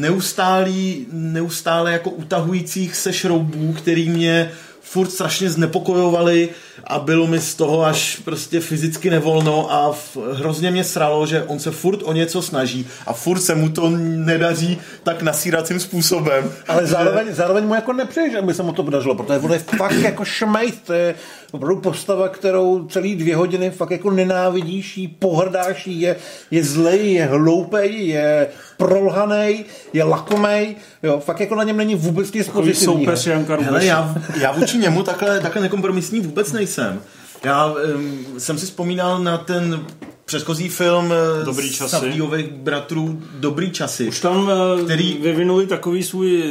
[SPEAKER 10] neustálý, neustále jako utahujících se šroubů, který mě furt strašně znepokojovaly a bylo mi z toho až prostě fyzicky nevolno a f- hrozně mě sralo, že on se furt o něco snaží a furt se mu to nedaří tak nasíracím způsobem.
[SPEAKER 4] Ale zároveň, zároveň mu jako nepřeješ, aby se mu to podařilo, protože on je fakt jako šmejt, to je opravdu postava, kterou celý dvě hodiny fakt jako nenávidíš, jí pohrdáš, jí, je, je zlej, je hloupej, je prolhanej, je lakomej, jo, fakt jako na něm není vůbec nic
[SPEAKER 9] Takový
[SPEAKER 4] pozitivního.
[SPEAKER 9] soupeř Janka
[SPEAKER 10] Hele,
[SPEAKER 9] Rubeše.
[SPEAKER 10] já, já vůči němu takhle, takhle nekompromisní vůbec nejsem. Já um, jsem si vzpomínal na ten předchozí film eh,
[SPEAKER 9] Dobrý časy.
[SPEAKER 10] Savdíových bratrů Dobrý časy.
[SPEAKER 9] Už tam eh,
[SPEAKER 10] Který-
[SPEAKER 9] vyvinuli takový svůj,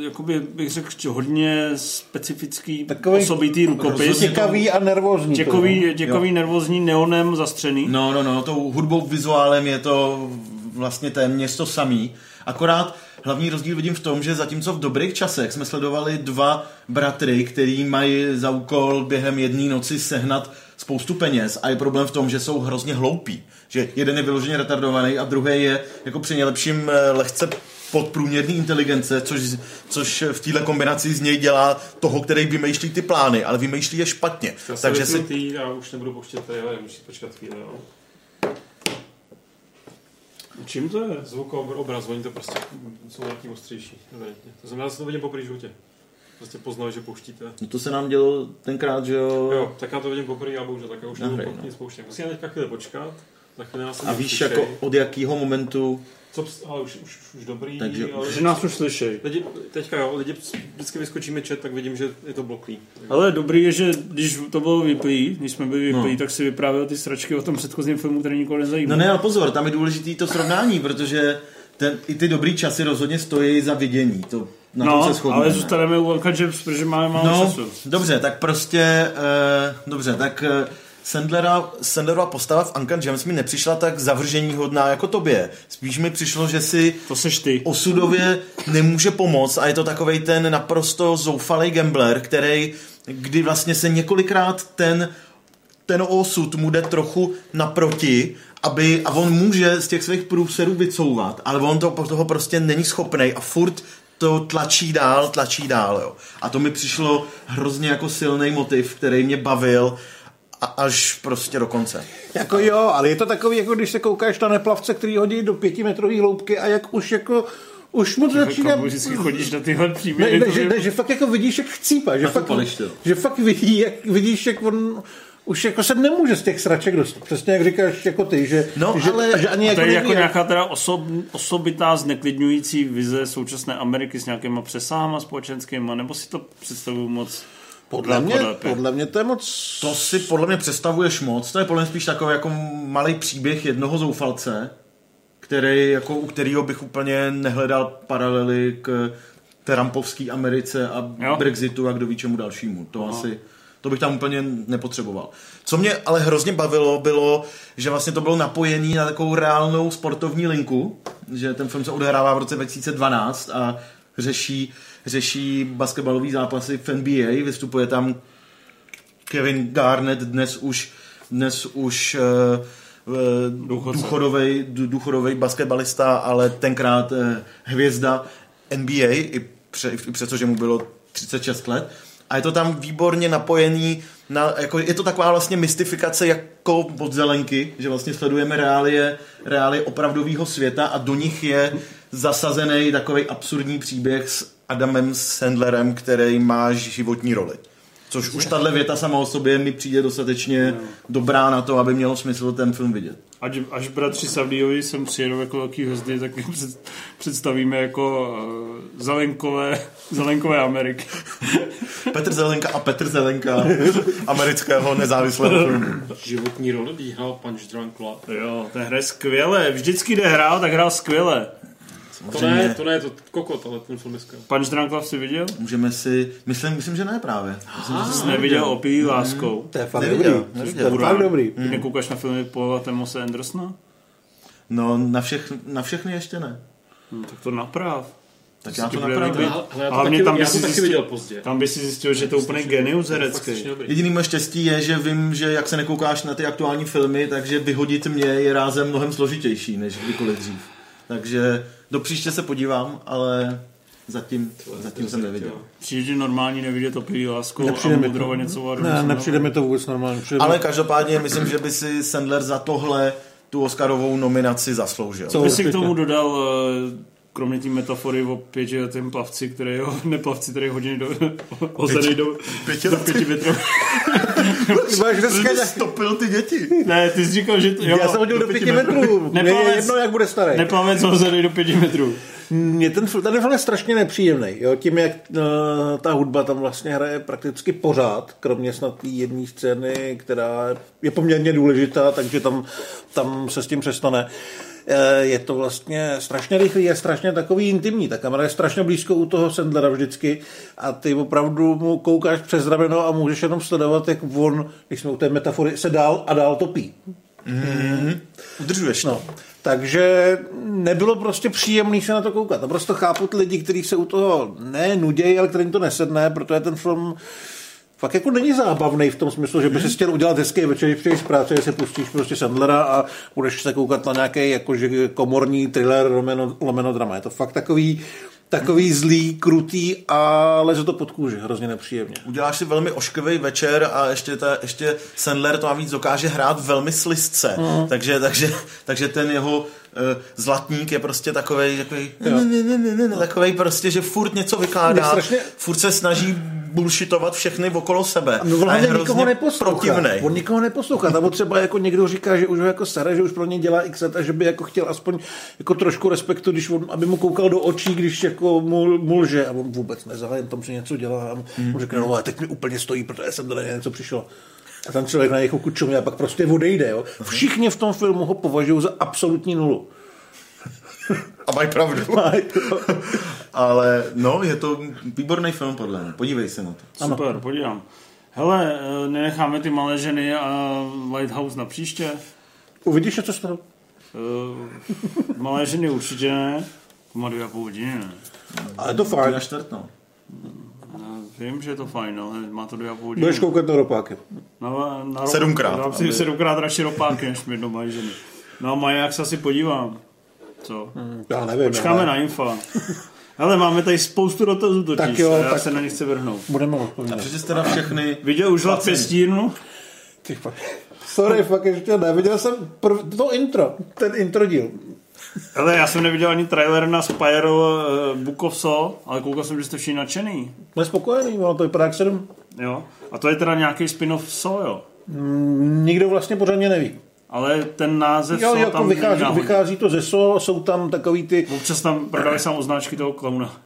[SPEAKER 9] eh, jakoby bych řekl, že hodně specifický,
[SPEAKER 4] Takový
[SPEAKER 9] takový osobitý rukopis.
[SPEAKER 10] rozhodně
[SPEAKER 4] Těkavý a nervózní. to no. je.
[SPEAKER 9] Děkový, děkový nervózní neonem zastřený.
[SPEAKER 10] No, no, no, tou hudbou, vizuálem je to vlastně téměř to samý. Akorát hlavní rozdíl vidím v tom, že zatímco v dobrých časech jsme sledovali dva bratry, který mají za úkol během jedné noci sehnat spoustu peněz a je problém v tom, že jsou hrozně hloupí. Že jeden je vyloženě retardovaný a druhý je jako při nejlepším eh, lehce podprůměrný inteligence, což, což v téhle kombinaci z něj dělá toho, který vymýšlí ty plány, ale vymýšlí je špatně.
[SPEAKER 11] Já jsem
[SPEAKER 10] Takže si...
[SPEAKER 11] vypnutý, já už nebudu pouštět tady, ale musíš počkat chvíli,
[SPEAKER 9] no.
[SPEAKER 11] jo.
[SPEAKER 9] Čím to je?
[SPEAKER 11] Zvuk a obr- obraz, oni to prostě jsou nějaký ostřejší, evidentně. To znamená, že to vidím po žlutě. Prostě poznali, že pouštíte.
[SPEAKER 10] No to se nám dělo tenkrát, že
[SPEAKER 11] Jo, tak já to vidím poprvé, já bohužel, tak já už
[SPEAKER 10] Nahraj,
[SPEAKER 11] nebudu
[SPEAKER 10] no.
[SPEAKER 11] nic pouštět. Musím já teďka chvíli počkat, za chvíli nás
[SPEAKER 10] A
[SPEAKER 11] lidi
[SPEAKER 10] víš
[SPEAKER 11] slyšej.
[SPEAKER 10] jako od jakého momentu,
[SPEAKER 11] Co, ps- ale už, už, už dobrý,
[SPEAKER 10] Takže-
[SPEAKER 11] ale...
[SPEAKER 9] Že nás už slyšej.
[SPEAKER 11] Lidi, teďka jo, lidi ps- vždycky vyskočíme chat, tak vidím, že je to bloklý.
[SPEAKER 9] Ale dobrý je, že když to bylo vyplý, když jsme byli vyplý,
[SPEAKER 10] No.
[SPEAKER 9] tak si vyprávěl ty sračky o tom předchozím filmu, který nikoho nezajímá.
[SPEAKER 10] no ne, ale pozor, tam je důležitý to srovnání, protože ten, i ty dobrý časy rozhodně stojí za vidění, to na tom se
[SPEAKER 9] no
[SPEAKER 10] shodneme.
[SPEAKER 9] ale zůstaneme u Uncle James, protože máme málo
[SPEAKER 10] No,
[SPEAKER 9] času.
[SPEAKER 10] dobře, tak prostě, eh, dobře, tak eh, Sandlera, Sandlerova postava v Uncle James mi nepřišla tak zavržení hodná jako tobě. Spíš mi přišlo, že si
[SPEAKER 9] To seš ty.
[SPEAKER 10] osudově nemůže pomoct a je to takovej ten naprosto zoufalý gambler, který, kdy vlastně se několikrát ten, ten osud mu jde trochu naproti, aby, a on může z těch svých průserů vycouvat, ale on to, toho prostě není schopný a furt to tlačí dál, tlačí dál, jo. A to mi přišlo hrozně jako silný motiv, který mě bavil a až prostě do konce.
[SPEAKER 4] Jako jo, ale je to takový, jako když se koukáš na neplavce, který hodí do pětimetrový hloubky a jak už jako už moc začíná...
[SPEAKER 9] Kamu Jako, vždycky chodíš na tyhle
[SPEAKER 4] Ne,
[SPEAKER 9] příběhy.
[SPEAKER 4] ne,
[SPEAKER 9] to
[SPEAKER 4] že,
[SPEAKER 9] je-
[SPEAKER 4] ne, že fakt jako vidíš, jak chcípa, že
[SPEAKER 10] Na to
[SPEAKER 4] fakt,
[SPEAKER 10] pališ, ty jo.
[SPEAKER 4] že fakt vidí, jak, vidíš, jak on už jako se nemůže z těch sraček dostat. Přesně jak říkáš jako ty, že,
[SPEAKER 10] No,
[SPEAKER 4] že,
[SPEAKER 10] ale-
[SPEAKER 4] že ani
[SPEAKER 9] A
[SPEAKER 4] jako
[SPEAKER 9] to je
[SPEAKER 4] neví,
[SPEAKER 9] jako
[SPEAKER 4] jak-
[SPEAKER 9] nějaká teda osob, osobitá zneklidňující vize současné Ameriky s nějakýma přesáhama společenskýma, nebo si to představuju moc
[SPEAKER 4] podle, mě,
[SPEAKER 9] podlepě?
[SPEAKER 4] podle mě to je moc...
[SPEAKER 10] To si podle mě představuješ moc, to je podle mě spíš takový jako malý příběh jednoho zoufalce, který, jako, u kterého bych úplně nehledal paralely k Trumpovské Americe a
[SPEAKER 9] Jo.
[SPEAKER 10] Brexitu a kdo ví čemu dalšímu. To asi To bych tam úplně nepotřeboval. Co mě ale hrozně bavilo, bylo, že vlastně to bylo napojené na takovou reálnou sportovní linku, že ten film se odehrává v roce 2012 a řeší, řeší basketbalové zápasy v NBA, vystupuje tam Kevin Garnett dnes už dnes už eh, uh, důchodový důchodový basketbalista, ale tenkrát uh, hvězda NBA, i, pře, i přesto, že mu bylo 36 let. A je to tam výborně napojený na, jako, je to taková vlastně mystifikace jako od zelenky, že vlastně sledujeme reálie, reálie opravdového světa a do nich je zasazený takový absurdní příběh s Adamem Sandlerem, který má životní roli. Což už tahle věta sama o sobě mi přijde dostatečně no. dobrá na to, aby mělo smysl ten film vidět.
[SPEAKER 9] Až, až bratři Savlíjovi sem přijedou jako velký hvězdy, tak my před, představíme jako uh, zelenkové, zelenkové Ameriky.
[SPEAKER 10] Petr Zelenka a Petr Zelenka amerického nezávislého filmu.
[SPEAKER 11] Životní roli hrál Punch Drunk Club.
[SPEAKER 9] Jo, ten hraje skvěle. Vždycky, kde hrál, tak hrál skvěle.
[SPEAKER 11] To ne, to ne, to kokot, ale ten film je skvělý.
[SPEAKER 9] Punch Drunk Love jsi viděl?
[SPEAKER 10] Můžeme si, myslím, myslím, že ne právě. Myslím, že
[SPEAKER 9] Jsi neviděl opilý láskou.
[SPEAKER 4] Mm, To je fakt
[SPEAKER 10] Neviděl,
[SPEAKER 4] dobrý.
[SPEAKER 10] neviděl.
[SPEAKER 4] To je fakt dobrý.
[SPEAKER 9] Ty nekoukáš na filmy Paula Temose Andersona?
[SPEAKER 10] No, na, všech, na všechny ještě ne.
[SPEAKER 9] No, tak to naprav.
[SPEAKER 10] Tak
[SPEAKER 9] To
[SPEAKER 10] já
[SPEAKER 9] se ti
[SPEAKER 10] to
[SPEAKER 9] bude
[SPEAKER 10] napravím.
[SPEAKER 9] líbit.
[SPEAKER 11] Ale- ale já to
[SPEAKER 9] Hlavně
[SPEAKER 11] taky-
[SPEAKER 9] tam
[SPEAKER 11] já
[SPEAKER 9] by
[SPEAKER 11] to
[SPEAKER 9] si
[SPEAKER 11] taky
[SPEAKER 9] zjistil-
[SPEAKER 11] viděl pozdě.
[SPEAKER 9] Tam by si zjistil, že to je úplně genius herecký.
[SPEAKER 10] Jediný moje štěstí je, že vím, že jak se nekoukáš na ty aktuální filmy, takže vyhodit mě je rázem mnohem složitější, než kdykoliv dřív. Takže do příště se podívám, ale zatím, zatím jsem neviděl.
[SPEAKER 9] Přijde ti normální nevidět opilý láskou a no.
[SPEAKER 4] Nepřijde mi to.
[SPEAKER 9] mudrovat něco o
[SPEAKER 4] Ne,
[SPEAKER 9] Robinsonu.
[SPEAKER 4] nepřijde mi to vůbec normálně. Přijde
[SPEAKER 10] Ale
[SPEAKER 4] mi-
[SPEAKER 10] každopádně myslím, že by si Sandler za tohle tu Oscarovou nominaci zasloužil.
[SPEAKER 4] Co?
[SPEAKER 9] Ty jsi k
[SPEAKER 4] Určitě.
[SPEAKER 9] tomu dodal, eh, kromě té metafory o pětiletém plavci, který je, ne plavci, který je hodiny do, hozený do, do pěti metrů.
[SPEAKER 4] Ty máš dneska nějak...
[SPEAKER 10] Stopil ty děti.
[SPEAKER 9] Ne, ty jsi říkal, že... Jo,
[SPEAKER 4] Já jsem hodil do pěti metrů. Mně je
[SPEAKER 9] Neplavec.
[SPEAKER 4] jedno, jak bude starý.
[SPEAKER 9] Neplavec hozený do pěti metrů.
[SPEAKER 4] Mě ten, fil- ten film je strašně nepříjemný. Jo? Tím, jak uh, ta hudba tam vlastně hraje prakticky pořád, kromě snad té jedné scény, která je poměrně důležitá, takže tam, tam se s tím přestane. Eh, Je to vlastně strašně rychlý, je strašně takový intimní. Ta kamera je strašně blízko u toho Sandlera vždycky a ty opravdu mu koukáš přes rameno a můžeš jenom sledovat, jak on, když jsme u té metafory, se dál a dál topí.
[SPEAKER 10] Udržuješ to.
[SPEAKER 4] No, takže nebylo prostě příjemný se na to koukat. Naprosto chápu ty lidi, kteří se u toho ne nudějí, ale kterým to nesedne, protože ten film fakt jako není zábavný v tom smyslu, že by si chtěl udělat hezký večer, když přijdeš z práce, že si pustíš prostě Sandlera a budeš se koukat na nějaký jakože komorní thriller lomeno, lomeno drama. Je to fakt takový, takový zlý, krutý a leze to pod kůži, hrozně nepříjemně.
[SPEAKER 10] Uděláš si velmi ošklivý večer a ještě, ta, ještě Sandler to navíc dokáže hrát velmi slistce.
[SPEAKER 4] No.
[SPEAKER 10] Mm. Takže, takže, takže ten jeho eh, zlatník je prostě takovej, takovej, ne, ne, ne, ne, ne, ne, takovej prostě, že furt něco
[SPEAKER 4] no. Mě
[SPEAKER 10] vykládá,
[SPEAKER 4] strašně-
[SPEAKER 10] furt se snaží bullshitovat všechny okolo sebe.
[SPEAKER 4] No
[SPEAKER 10] a je
[SPEAKER 4] hlavně nikoho
[SPEAKER 10] hrozně
[SPEAKER 4] neposlouchá.
[SPEAKER 10] protivnej.
[SPEAKER 4] On nikoho neposlouchá. Nebo třeba jako někdo říká, že už ho jako staré, že už pro ně dělá x let a že by jako chtěl aspoň jako trošku respektu, když on, aby mu koukal do očí, když jako mu, mu lže. A on vůbec nezahájem, tam se něco dělá. A mu mm. řekne, no ale teď mi úplně stojí, protože jsem tady na něco přišel. A ten člověk na něj kučumí a pak prostě odejde. Jo. Všichni v tom filmu ho považují za absolutní nulu.
[SPEAKER 10] A mají pravdu. Ale no, je to výborný film podle mě. Podívej se na to.
[SPEAKER 9] Super, podívám. Hele, eh, nenecháme ty malé ženy a Lighthouse na příště?
[SPEAKER 4] Uvidíš něco z toho?
[SPEAKER 9] Eh, malé ženy určitě ne. To má dvě a půl hodiny, ne?
[SPEAKER 4] Ale to
[SPEAKER 10] Tři
[SPEAKER 4] fajn.
[SPEAKER 10] na čtvrt, no.
[SPEAKER 9] Já Vím, že je to fajn, no, ale má to dvě a půl hodiny.
[SPEAKER 4] Budeš koukat na ropáky.
[SPEAKER 9] Na, na rok-
[SPEAKER 10] Sedmkrát,
[SPEAKER 9] Dám si
[SPEAKER 10] aby-
[SPEAKER 9] sedmkrát radši ropáky, než mi doma ženy. No a Maják se asi podívám. Co?
[SPEAKER 4] Hmm. Já nevím.
[SPEAKER 9] Počkáme
[SPEAKER 4] ale
[SPEAKER 9] na infa. Hele, máme tady spoustu dotazů totiž.
[SPEAKER 4] Tak jo,
[SPEAKER 9] a já
[SPEAKER 4] tak-
[SPEAKER 9] se na ně chci vrhnout.
[SPEAKER 4] Budeme
[SPEAKER 10] A
[SPEAKER 4] odpovídat.
[SPEAKER 10] přece jste na všechny...
[SPEAKER 9] Viděl už hlad pěstínu?
[SPEAKER 4] Ty fa- Sorry, fakt ještě ne. Viděl jsem prv, to intro, ten intro díl.
[SPEAKER 9] Ale já jsem neviděl ani trailer na Spiral uh, Book of Soul, ale koukal jsem, že jste všichni nadšený.
[SPEAKER 4] Jsme spokojený, ono to vypadá jak sedm.
[SPEAKER 9] Jo? A to je teda nějaký spin-off Soul, jo?
[SPEAKER 4] Nikdo vlastně pořádně neví.
[SPEAKER 9] Ale ten název
[SPEAKER 4] Jo,
[SPEAKER 9] Saw
[SPEAKER 4] jako
[SPEAKER 9] tam není
[SPEAKER 4] vychází,
[SPEAKER 9] náhodný.
[SPEAKER 4] vychází to ze SO, jsou tam takový ty...
[SPEAKER 9] Občas tam prodali sám označky toho klauna.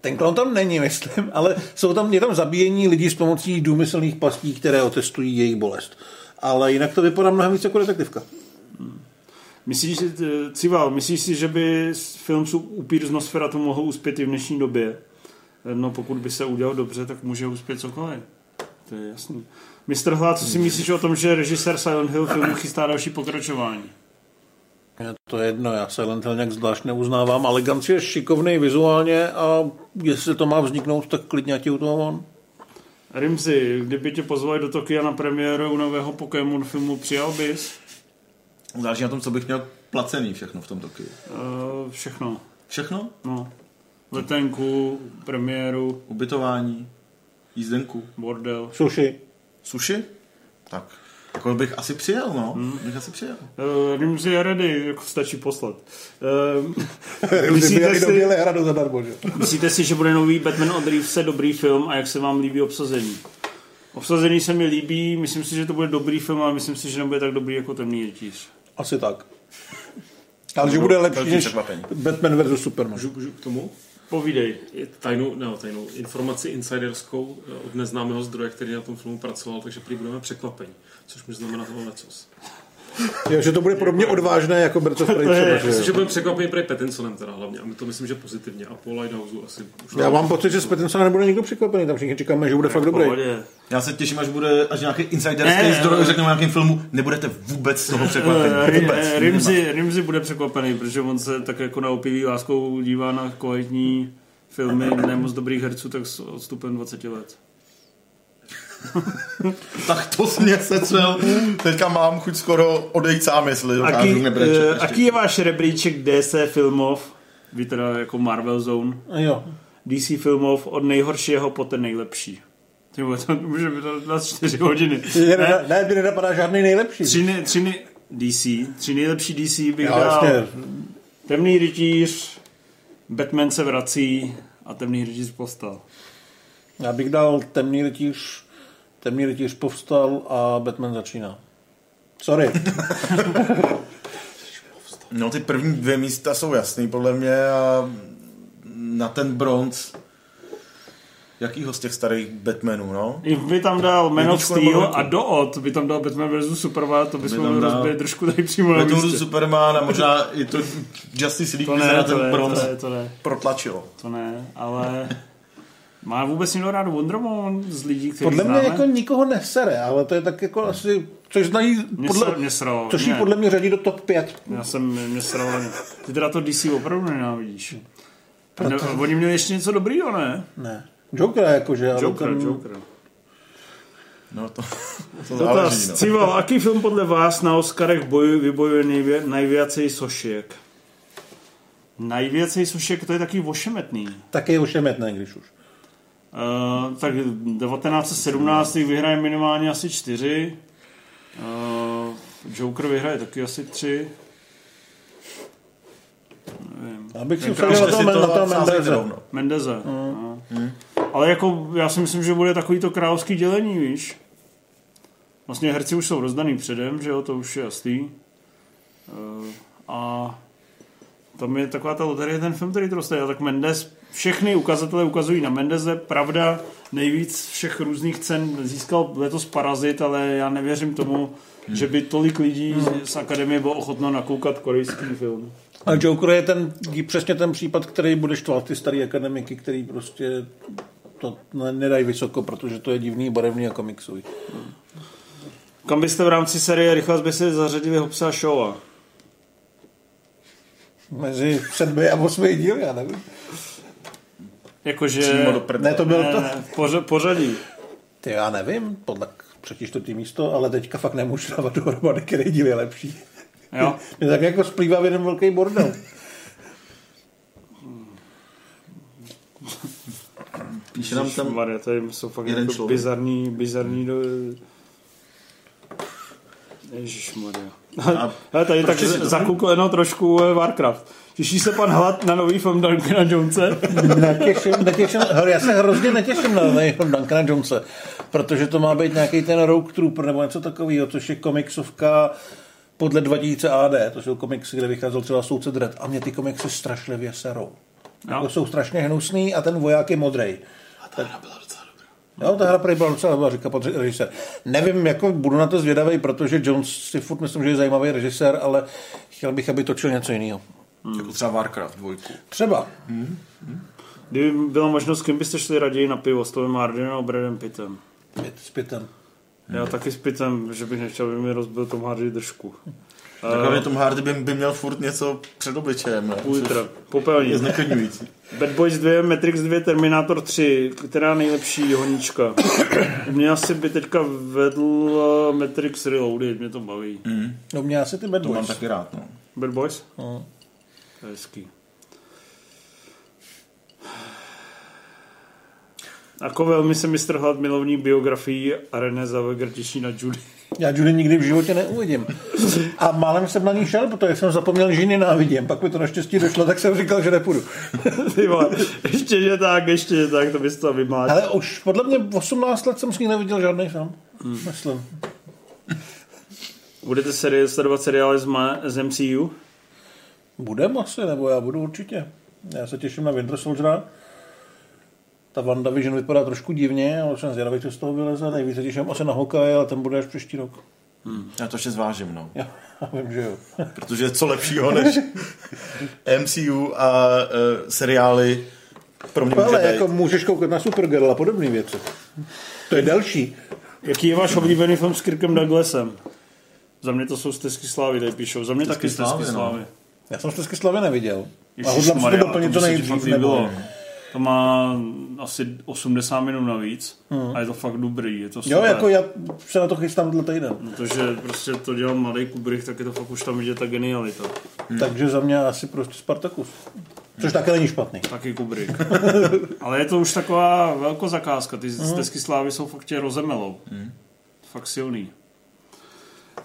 [SPEAKER 4] Ten klon tam není, myslím, ale jsou tam, je tam zabíjení lidí s pomocí důmyslných pastí, které otestují jejich bolest. Ale jinak to vypadá mnohem víc jako detektivka.
[SPEAKER 9] Myslíš, si, eh, Cival, myslíš si, že by s- film s Upír z Nosferatu Eh, mohl uspět i v dnešní době? No pokud by se udělal dobře, tak může uspět cokoliv. To je jasný. Mistr Hlá, co si myslíš o tom, že režisér Silent Hill filmu chystá další pokračování?
[SPEAKER 4] Mně to je jedno, já Silent Hill nějak zvlášť neuznávám. Eleganci je šikovný vizuálně a jestli to má vzniknout, tak klidně ať je u toho on.
[SPEAKER 9] Rimzi, kdyby tě pozvali do Tokia na premiéru nového Pokémon filmu, přijal bys?
[SPEAKER 10] Záleží na tom, co bych měl placený všechno v tom Tokiu.
[SPEAKER 9] Uh, všechno.
[SPEAKER 10] Všechno?
[SPEAKER 9] No. Letenku, premiéru,
[SPEAKER 10] Ubytování, jízdenku,
[SPEAKER 9] bordel.
[SPEAKER 4] Sushi.
[SPEAKER 10] Suši? Tak. Jako bych asi přijel, no. Hmm. Bych asi přijel.
[SPEAKER 9] Uh, Rimzi je ready, jako stačí poslat.
[SPEAKER 10] Eh,
[SPEAKER 9] Uh,
[SPEAKER 4] Myslíte si...
[SPEAKER 9] myslíte, si,
[SPEAKER 4] hradu zadarmo, že?
[SPEAKER 9] myslíte si, že bude nový Batman od Reevese dobrý film a jak se vám líbí obsazení? Obsazení se mi líbí, myslím si, že to bude dobrý film, ale myslím si, že nebude tak dobrý jako Temný rytíř.
[SPEAKER 4] Asi tak. Ale že bude lepší
[SPEAKER 10] velký
[SPEAKER 4] než
[SPEAKER 10] překvapení.
[SPEAKER 4] Batman vs. Superman.
[SPEAKER 12] Můžu, můžu k tomu?
[SPEAKER 9] Povídej.
[SPEAKER 12] Je Tajnou, ne, tajnou informaci insiderskou eh, od neznámého zdroje, který na tom filmu pracoval, takže prý budeme překvapení, což může znamenat tohle lecos.
[SPEAKER 4] Jo, že to bude podobně odvážné jako Birds of Prey třeba,
[SPEAKER 12] Myslím,
[SPEAKER 4] že
[SPEAKER 12] že
[SPEAKER 4] jo.
[SPEAKER 12] budeme překvapeni prý Petinsonem teda hlavně, a my to myslím, že pozitivně, a po Lighthouse asi už
[SPEAKER 4] Já mám pocit, že s Pattinsonem nebude nikdo překvapený, tam všichni čekáme, že bude fakt dobrý.
[SPEAKER 9] Pohodě.
[SPEAKER 10] Já se těším, až bude až nějaký insiderský
[SPEAKER 9] Ne,
[SPEAKER 10] ne, zdroj
[SPEAKER 9] ne.
[SPEAKER 10] řekne o nějakém filmu, nebudete vůbec z toho
[SPEAKER 9] Eh,
[SPEAKER 10] překvapeni.
[SPEAKER 9] Ri-
[SPEAKER 10] Vůbec.
[SPEAKER 9] eh, Rimzi, Rimzi bude překvapený, protože on se tak jako na opilý láskou dívá na kvalitní filmy nemoc dobrých herců, tak s odstupem 20 let.
[SPEAKER 10] Tak to jsi mě secel. Teďka mám chuť skoro odejít sám, jestli dokážu
[SPEAKER 9] Aký,
[SPEAKER 10] nebrečet
[SPEAKER 9] eh,
[SPEAKER 10] ještě.
[SPEAKER 9] aký je váš rebríček DC filmov, vy teda jako Marvel Zone,
[SPEAKER 4] A Jo.
[SPEAKER 9] DC filmov od nejhoršího po ten nejlepší? Ty vole, to může být na 4 hodiny.
[SPEAKER 4] Ne, ne, ne, ty nenapadá žádný nejlepší.
[SPEAKER 9] Tři, ne, tři ne, DC, tři nejlepší DC bych
[SPEAKER 4] Já,
[SPEAKER 9] dal.
[SPEAKER 4] jasně.
[SPEAKER 9] Temný rytíř, Batman se vrací a temný rytíř postal.
[SPEAKER 4] Já bych dal temný rytíř, temný rytíř povstal a Batman začíná. Sorry.
[SPEAKER 10] No ty první dvě místa jsou jasný podle mě a na ten bronz jakýho z těch starých Batmanů, no?
[SPEAKER 9] I by tam dal Man of
[SPEAKER 10] Jedničku nebo
[SPEAKER 9] Steel
[SPEAKER 10] dvojku?
[SPEAKER 9] a doot by tam dal Batman vs. Superman, to bychom
[SPEAKER 10] tam
[SPEAKER 9] mohli
[SPEAKER 10] dal-
[SPEAKER 9] rozbít trošku tady přímo na
[SPEAKER 10] Batman vs.
[SPEAKER 9] místě.
[SPEAKER 10] Superman a možná i to Justice League
[SPEAKER 9] To
[SPEAKER 10] by se
[SPEAKER 9] ne,
[SPEAKER 10] na
[SPEAKER 9] to
[SPEAKER 10] ten
[SPEAKER 9] ne, to
[SPEAKER 10] bronz
[SPEAKER 9] ne, to ne,
[SPEAKER 10] protlačilo.
[SPEAKER 9] to ne, ale má vůbec někdo rád Wonder Woman z lidí, kteří
[SPEAKER 4] Podle mě
[SPEAKER 9] známe?
[SPEAKER 4] jako nikoho nesere, ale to je tak jako asi, což znají,
[SPEAKER 9] Mě
[SPEAKER 4] podle,
[SPEAKER 9] se- mě sralo,
[SPEAKER 4] což jí
[SPEAKER 9] ne.
[SPEAKER 4] podle mě řadí do top 5.
[SPEAKER 9] Já jsem mě sralo. Ty teda to DC opravdu nenávidíš. Ne, oni měli ještě něco dobrýho, ne?
[SPEAKER 4] Ne. Joker jakože, ale
[SPEAKER 9] Joker,
[SPEAKER 4] ten,
[SPEAKER 9] Joker.
[SPEAKER 10] No to, to záleží,
[SPEAKER 9] Dotaz,
[SPEAKER 10] no.
[SPEAKER 9] Cival, aký film podle vás na Oscarech bojuje, vybojuje nejvě, nejvěcej sošiek? Nejvěcej sošiek, to je taky ošemetný.
[SPEAKER 4] taky je ošemetné, když už.
[SPEAKER 9] Uh, tak 1917 jich vyhraje minimálně asi čtyři. Uh, Joker vyhraje taky asi tři. Nevím.
[SPEAKER 4] Abych si
[SPEAKER 10] Tenkrát
[SPEAKER 4] usadil na
[SPEAKER 10] jste si
[SPEAKER 4] tom, na
[SPEAKER 10] to
[SPEAKER 4] tom
[SPEAKER 10] sázejte
[SPEAKER 4] Mendeze.
[SPEAKER 10] rovnou.
[SPEAKER 9] Mendeze. No. Ale jako já si myslím, že bude takový to královský dělení, víš. Vlastně herci už jsou rozdaný předem, že jo, to už je jasný. Eh, A tam je taková ta loterie, ten film, který to dostane. A tak Mendes, všechny ukazatele ukazují na Mendeze. Pravda, nejvíc všech různých cen získal letos Parazit, ale já nevěřím tomu, že by tolik lidí z akademie bylo ochotno nakoukat korejský film.
[SPEAKER 4] A Joker je ten, je přesně ten případ, který bude štvát ty starý akademiky, který prostě to ne- nedají vysoko, protože to je divný, barevný a komiksový.
[SPEAKER 9] Kam byste v rámci série Rychle zbyste zařadili Hobsa a Showa?
[SPEAKER 4] Mezi sedmi a osmi díl, já nevím.
[SPEAKER 9] Jakože...
[SPEAKER 10] Přímo do prdele.
[SPEAKER 4] Ne, to bylo
[SPEAKER 9] Ne,
[SPEAKER 4] to.
[SPEAKER 9] ne, poř- pořadí.
[SPEAKER 4] Ty, já nevím, podle třetí, čtvrtý místo, ale teďka fakt nemůžu dávat dohromady, který díl je lepší.
[SPEAKER 9] Jo.
[SPEAKER 4] Mě tak jako splývá v jeden velký bordel.
[SPEAKER 10] Píše nám tam
[SPEAKER 9] Maria, tady jsou fakt
[SPEAKER 10] jeden
[SPEAKER 9] jako
[SPEAKER 10] člověk.
[SPEAKER 9] bizarní, bizarní do... Ježišmarja.
[SPEAKER 10] A
[SPEAKER 9] Hele, tady tak
[SPEAKER 10] proč jsi to-
[SPEAKER 9] zakukleno trošku eh, Warcraft. Těší se pan Hlad na nový film Duncana Jonese?
[SPEAKER 4] Netěším, netěším, hele, já se hrozně netěším na nejhrom Duncana Jonese, protože to má být nějaký ten Rogue Trooper nebo něco takového, což je komiksovka podle 2000 AD, to jsou komiksy, kde vycházel třeba Soudce Dredd a mě ty komiksy strašlivě serou.
[SPEAKER 9] No.
[SPEAKER 4] Jako jsou strašně hnusný a ten voják je modrej. Jo, ta hra prý byla docela dobrá, říká pan režisér. Nevím, jako budu na to zvědavý, protože Jones si furt myslím, že je zajímavý režisér, ale chtěl bych, aby točil něco jiného.
[SPEAKER 10] jako třeba Warcraft dvojku.
[SPEAKER 4] Třeba.
[SPEAKER 9] Kdyby byla možnost, s kým byste šli raději na pivo, s Tomem Hardynem a Bradem Pittem?
[SPEAKER 4] Pět s pětem.
[SPEAKER 9] Já taky s pitem, že bych nechtěl, aby mi rozbil Tom Hardy držku.
[SPEAKER 10] Tak aby Tom Hardy by, by měl furt něco před obličejem. ne?
[SPEAKER 9] Ultra,
[SPEAKER 10] Což
[SPEAKER 9] popelní.
[SPEAKER 10] Je zneklidňující.
[SPEAKER 9] Bad Boys 2, Matrix 2, Terminator 3, která nejlepší honička. U mě asi by teďka vedl eh, Matrix Reloaded, mě to baví.
[SPEAKER 10] Mm.
[SPEAKER 4] No mě asi ty Bad
[SPEAKER 10] To
[SPEAKER 4] Boys.
[SPEAKER 10] mám taky rád, no.
[SPEAKER 9] Bad Boys?
[SPEAKER 4] No.
[SPEAKER 9] To je hezký. Jako velmi se mi strhla milovní biografií a René Zauer těší na Judy.
[SPEAKER 4] Já Judy nikdy v životě neuvidím. A málem jsem na ní šel, protože jsem zapomněl, že ji nenávidím. Pak mi to naštěstí došlo, tak jsem říkal, že nepůjdu.
[SPEAKER 9] Ty vole, ještě že tak, ještě že tak, to bys to vymlátil.
[SPEAKER 4] Ale už podle mě 18 let jsem s ní neviděl žádný film.
[SPEAKER 9] Hmm.
[SPEAKER 4] Myslím.
[SPEAKER 9] Budete seri- sledovat seriály z, ma- z MCU?
[SPEAKER 4] Budem asi, nebo já budu určitě. Já se těším na Winter Soldiera. Ta WandaVision vypadá trošku divně, ale jsem zvědavý, co z toho vyleze. Nejvíc se těším asi na Hokej, ale ten bude až příští rok.
[SPEAKER 10] Já to ještě zvážím, no.
[SPEAKER 4] Já vím, že jo.
[SPEAKER 10] Protože co lepšího než MCU a uh, seriály pro mě může
[SPEAKER 4] Ale
[SPEAKER 10] být.
[SPEAKER 4] jako můžeš koukat na Supergirl a podobné věci. To je další.
[SPEAKER 9] Jaký je váš oblíbený film s Kirkem Douglasem? Za mě to jsou stezky slávy, tady píšou. Za mě
[SPEAKER 4] Stezky
[SPEAKER 9] taky
[SPEAKER 4] slávy,
[SPEAKER 9] stezky
[SPEAKER 4] no.
[SPEAKER 9] slávy.
[SPEAKER 4] Já jsem stezky slávy neviděl. A
[SPEAKER 9] Ježišmarja,
[SPEAKER 4] hodlám si to doplnit to
[SPEAKER 9] by se ti
[SPEAKER 4] nejdřív.
[SPEAKER 9] fakt
[SPEAKER 4] Nebo...
[SPEAKER 9] líbilo. To má asi 80 minut navíc
[SPEAKER 4] Mhm.
[SPEAKER 9] a je to fakt dobrý. Je to
[SPEAKER 4] Jo,
[SPEAKER 9] super.
[SPEAKER 4] jako já se na to chystám tenhle týden.
[SPEAKER 9] Protože prostě to dělal mladý Kubrick, tak je to fakt už tam vidět ta genialita.
[SPEAKER 4] Takže za mě asi prostě Spartakus.
[SPEAKER 9] Mm.
[SPEAKER 4] Což také není špatný.
[SPEAKER 9] Taky Kubrick. Ale je to už taková velká zakázka. Ty stezky slávy jsou fakt tě rozemelou. Fakt silný.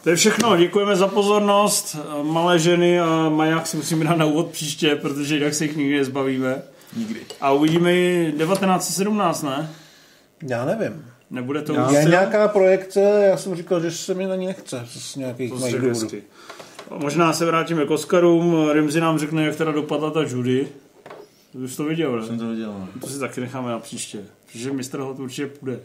[SPEAKER 9] To je všechno, děkujeme za pozornost. Malé ženy a maják si musíme dát na úvod příště, protože jinak se jich nikdy nezbavíme.
[SPEAKER 10] Nikdy.
[SPEAKER 9] A uvidíme ji 1917, ne?
[SPEAKER 4] Já nevím.
[SPEAKER 9] Nebude to
[SPEAKER 4] Já
[SPEAKER 9] už
[SPEAKER 4] je
[SPEAKER 9] film?
[SPEAKER 4] nějaká projekce, já jsem říkal, že se mi na ní nechce z nějakých
[SPEAKER 9] To
[SPEAKER 4] mých
[SPEAKER 9] jsi
[SPEAKER 4] důvodů.
[SPEAKER 9] hezky. Možná se vrátíme k Oscarům, Rimzi nám řekne, jak teda dopadla ta Judy. Ty Už to viděl, ne? Jsem
[SPEAKER 10] to no. viděl,
[SPEAKER 9] To si taky necháme na příště, protože mistr Hot určitě půjde.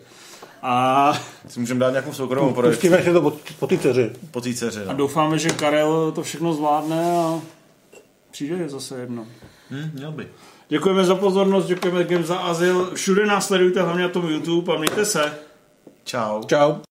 [SPEAKER 9] A...
[SPEAKER 10] Si můžeme dát nějakou soukromou
[SPEAKER 4] Pustíme si to po, po té dceři.
[SPEAKER 10] Po té dceři,
[SPEAKER 9] A
[SPEAKER 10] no.
[SPEAKER 9] doufáme, že Karel to všechno zvládne a přijde je zase jedno.
[SPEAKER 10] Hm, měl by.
[SPEAKER 9] Děkujeme za pozornost, děkujeme Game za azyl. Všude nás sledujte, hlavně na tom YouTube a mějte se.
[SPEAKER 10] Čau.
[SPEAKER 4] Čau.